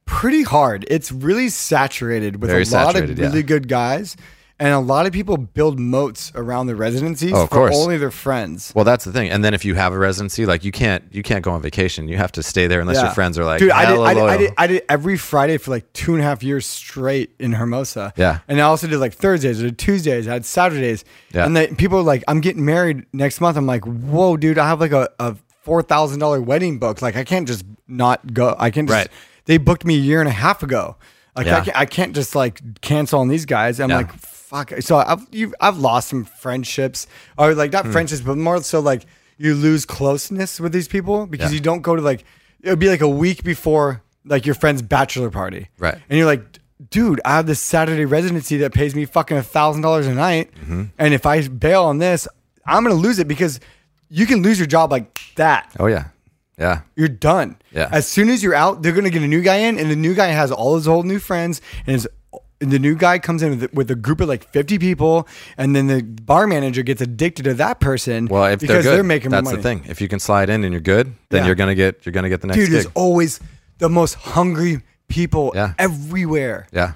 pretty hard. It's really saturated with Very a lot saturated, of yeah. really good guys, And a lot of people build moats around the residencies Oh, of for course. only their friends. Well, that's the thing. And then if you have a residency, like you can't you can't go on vacation. You have to stay there unless your Yeah. friends are like, dude, I did, I, did, I, "Hello." did, I did every Friday for like two and a half years straight in Hermosa. Yeah. And I also did like Thursdays, I did Tuesdays, I had Saturdays. Yeah. And then people are like, I'm getting married next month. I'm like, whoa, dude, I have like a, a $4,000 wedding booked. Like, I can't just not go. I can't just, Right. they booked me a year and a half ago. Like, Yeah. I, can't, I can't just like cancel on these guys. I'm Yeah. like, fuck. So I've, you've, I've lost some friendships or like Hmm. not friendships, but more so like you lose closeness with these people because Yeah. you don't don't go to like it would be like a week before like your friend's bachelor party Right. and you're like dude i have this saturday residency that pays me fucking a thousand dollars a night Mm-hmm. and if i bail on this i'm gonna lose it because you can lose your job like that Oh yeah, yeah. you're done Yeah. as soon as you're out they're gonna get a new guy in and the new guy has all his old new friends and his and the new guy comes in with, with a group of like 50 people and then the bar manager gets addicted to that person Well, if because they're good, are making that's money the thing. If you can slide in and you're good, then Yeah. you're gonna get you're gonna get the next dude, gig. there's always the most hungry people Yeah. everywhere. yeah,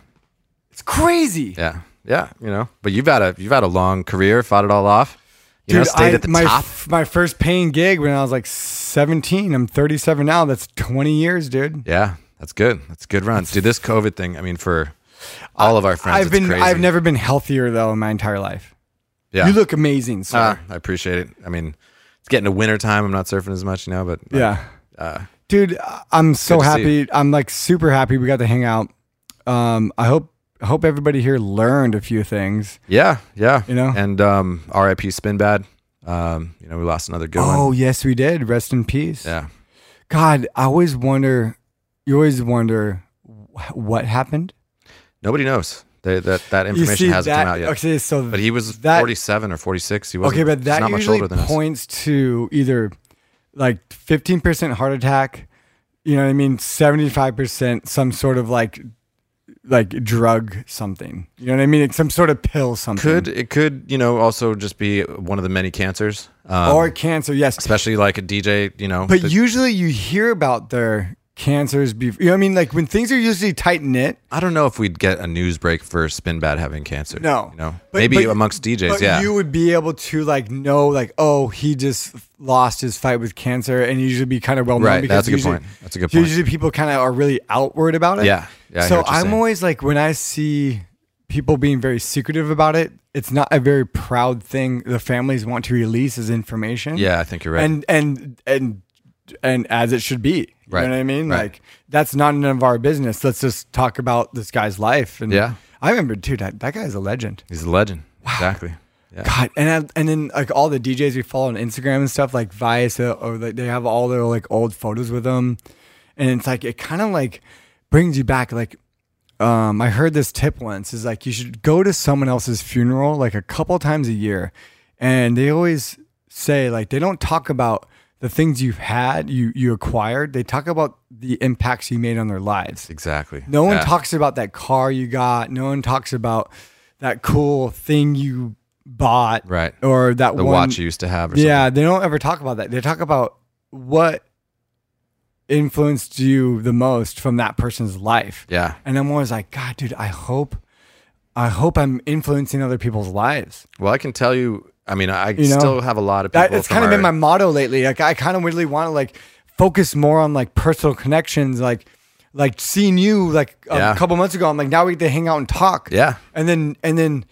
It's crazy. yeah, yeah. You know, but you've had a you've had a long career, fought it all off. You Dude, know, stayed I- at the my, top. my first paying gig when I was like 17. I'm 37 now. That's 20 years, dude. Yeah, that's good. That's good runs, dude. This COVID thing, I mean, for all of our friends, I've it's been crazy. I've never been healthier though in my entire life. Yeah. You look amazing, sir. Ah, I appreciate it. I mean, it's getting to winter time. I'm not surfing as much, you know, but uh, like, yeah. dude, I- I'm so good to see happy. I'm like super happy we got to hang out. Um, I hope I hope everybody here learned a few things. yeah, yeah. You know? and um, R.I.P. Spinbad. Um, you know, we lost another good one. Oh yes, we did. Rest in peace. Yeah, God, I always wonder. You always wonder wh- what happened. nobody knows. They, that that information hasn't that, come out yet. Okay, so But he was that, 47 or 46. He was Okay, but that not much usually older than us. points to either like fifteen percent heart attack. You know what I mean? Seventy five percent some sort of like like drug something. You know what I mean? Like some sort of pill something. Could it could you know also just be one of the many cancers, um, or cancer? Yes, especially like a DJ. You know, But that- usually you hear about their cancers. Before, you know what I mean? Like when things are usually tight knit. I don't know if we'd get a news break for Spinbad having cancer. No, you know, But- maybe but- amongst DJs. but yeah, you would be able to like know like oh he just lost his fight with cancer, and you usually be kind of well known. Right, because that's a good usually- point. That's a good point. Usually people kind of are really outward about it. Yeah, yeah, I hear so what you're I'm saying. always like when I see people being very secretive about it, it's not a very proud thing. The families want to release as information. yeah. I think you're right. And and and and as it should be. You Right, know what I mean? right. Like that's not none of our business. Let's just talk about this guy's life. And Yeah. I remember dude, that, that guy's a legend. He's a legend. Exactly. Yeah. God, and I, and then like all the DJs we follow on Instagram and stuff, like Vice uh, or like they have all their like old photos with them, and it's like it kind of like brings you back. Like, um, I heard this tip once is like you should go to someone else's funeral like a couple times a year, and they always say like they don't talk about the things you've had you you acquired. They talk about the impacts you made on their lives. Exactly. No one Yeah. talks about that car you got. No one talks about that cool thing you bought. Right. Or that the one, watch you used to have. Or Yeah, Something. they don't ever talk about that. They talk about what influenced you the most from that person's life. Yeah. And I'm always like, God, dude, I hope I hope I'm influencing other people's lives. Well, I can tell you. I mean, I know? still have a lot of people. That, it's from kind of been our- my motto lately. Like I kind of really want to like focus more on like personal connections, like like seeing you like a Yeah. couple months ago. I'm like now we get to hang out and talk. Yeah. and then and then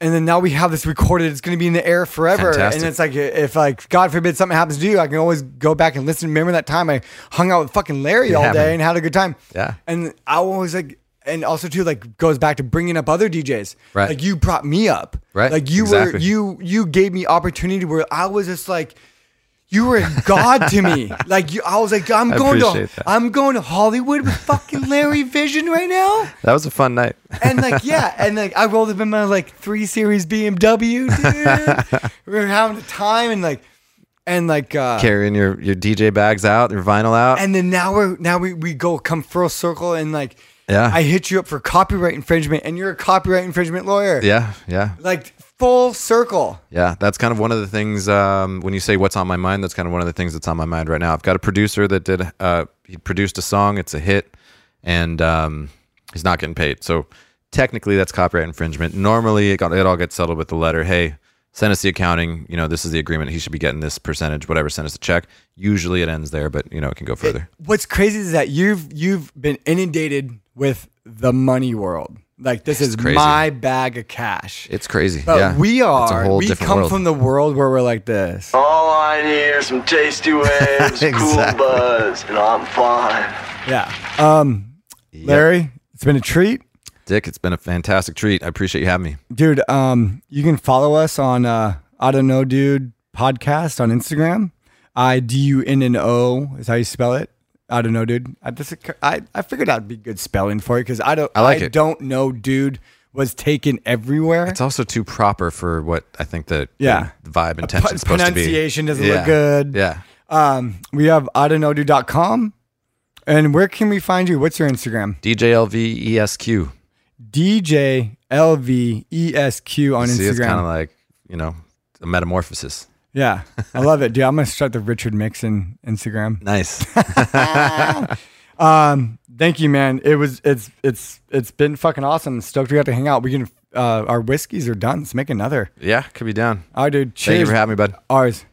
and then now we have this recorded. It's going to be in the air forever. Fantastic. And it's like if like God forbid something happens to you, I can always go back and listen. Remember that time I hung out with fucking Larry all man. day and had a good time. Yeah. and I always like. And also too, like goes back to bringing up other DJs. Right. Like you brought me up. Right, Like you were exactly. you you gave me opportunity where I was just like, you were a god to me. Like you, I was like, I'm I going to appreciate that. I'm going to Hollywood with fucking Larry Vision right now. That was a fun night. And like yeah, and like I rolled up in my like three series BMW, dude. we were having a time and like and like uh Carrying your your DJ bags out, your vinyl out. and then now we're now we, we go come full circle and like Yeah. I hit you up for copyright infringement and you're a copyright infringement lawyer. yeah, yeah, Like full circle. yeah. That's kind of one of the things. Um, when you say what's on my mind, that's kind of one of the things that's on my mind right now. I've got a producer that did. Uh, he produced a song. It's a hit, and um, he's not getting paid. So technically that's copyright infringement. Normally, it, got, it all gets settled with the letter, hey, send us the accounting. You know, this is the agreement. He should be getting this percentage, whatever. Send us a check. Usually, it ends there, but you know, it can go further. What's crazy is that you've you've been inundated with the money world. Like this is crazy. my bag of cash. It's crazy. But yeah, we are. It's a whole we different come world. from the world where we're like this. All I need are some tasty waves, cool Exactly. buzz, and I'm fine. Yeah. Um, Larry, it's been a treat, Dick. It's been a fantastic treat. I appreciate you having me. dude. Um, you can follow us on uh, I don't know, dude podcast on Instagram. I D U N N O is how you spell it. I don't know, dude. I just I, I figured that'd be good spelling for you because I don't I like it. Don't know, dude was taken everywhere. It's also too proper for what I think the Yeah. the vibe intention is supposed to be. pronunciation doesn't look Yeah. good. Yeah. Um, we have I don't know, dude.com. And where can we find you? What's your Instagram? E DJLVESQ. DJ LVESQ E on See, Instagram. it's kind of like, you know, a metamorphosis. yeah, I love it, dude. I'm gonna start the Richard Mixon Instagram. Nice. Um, thank you, man. It was it's it's it's been fucking awesome. Stoked we got to hang out. We can uh, our whiskeys are done. Let's make another. yeah, could be down. All right, dude. Cheers. Thank you for having me, bud. Ours.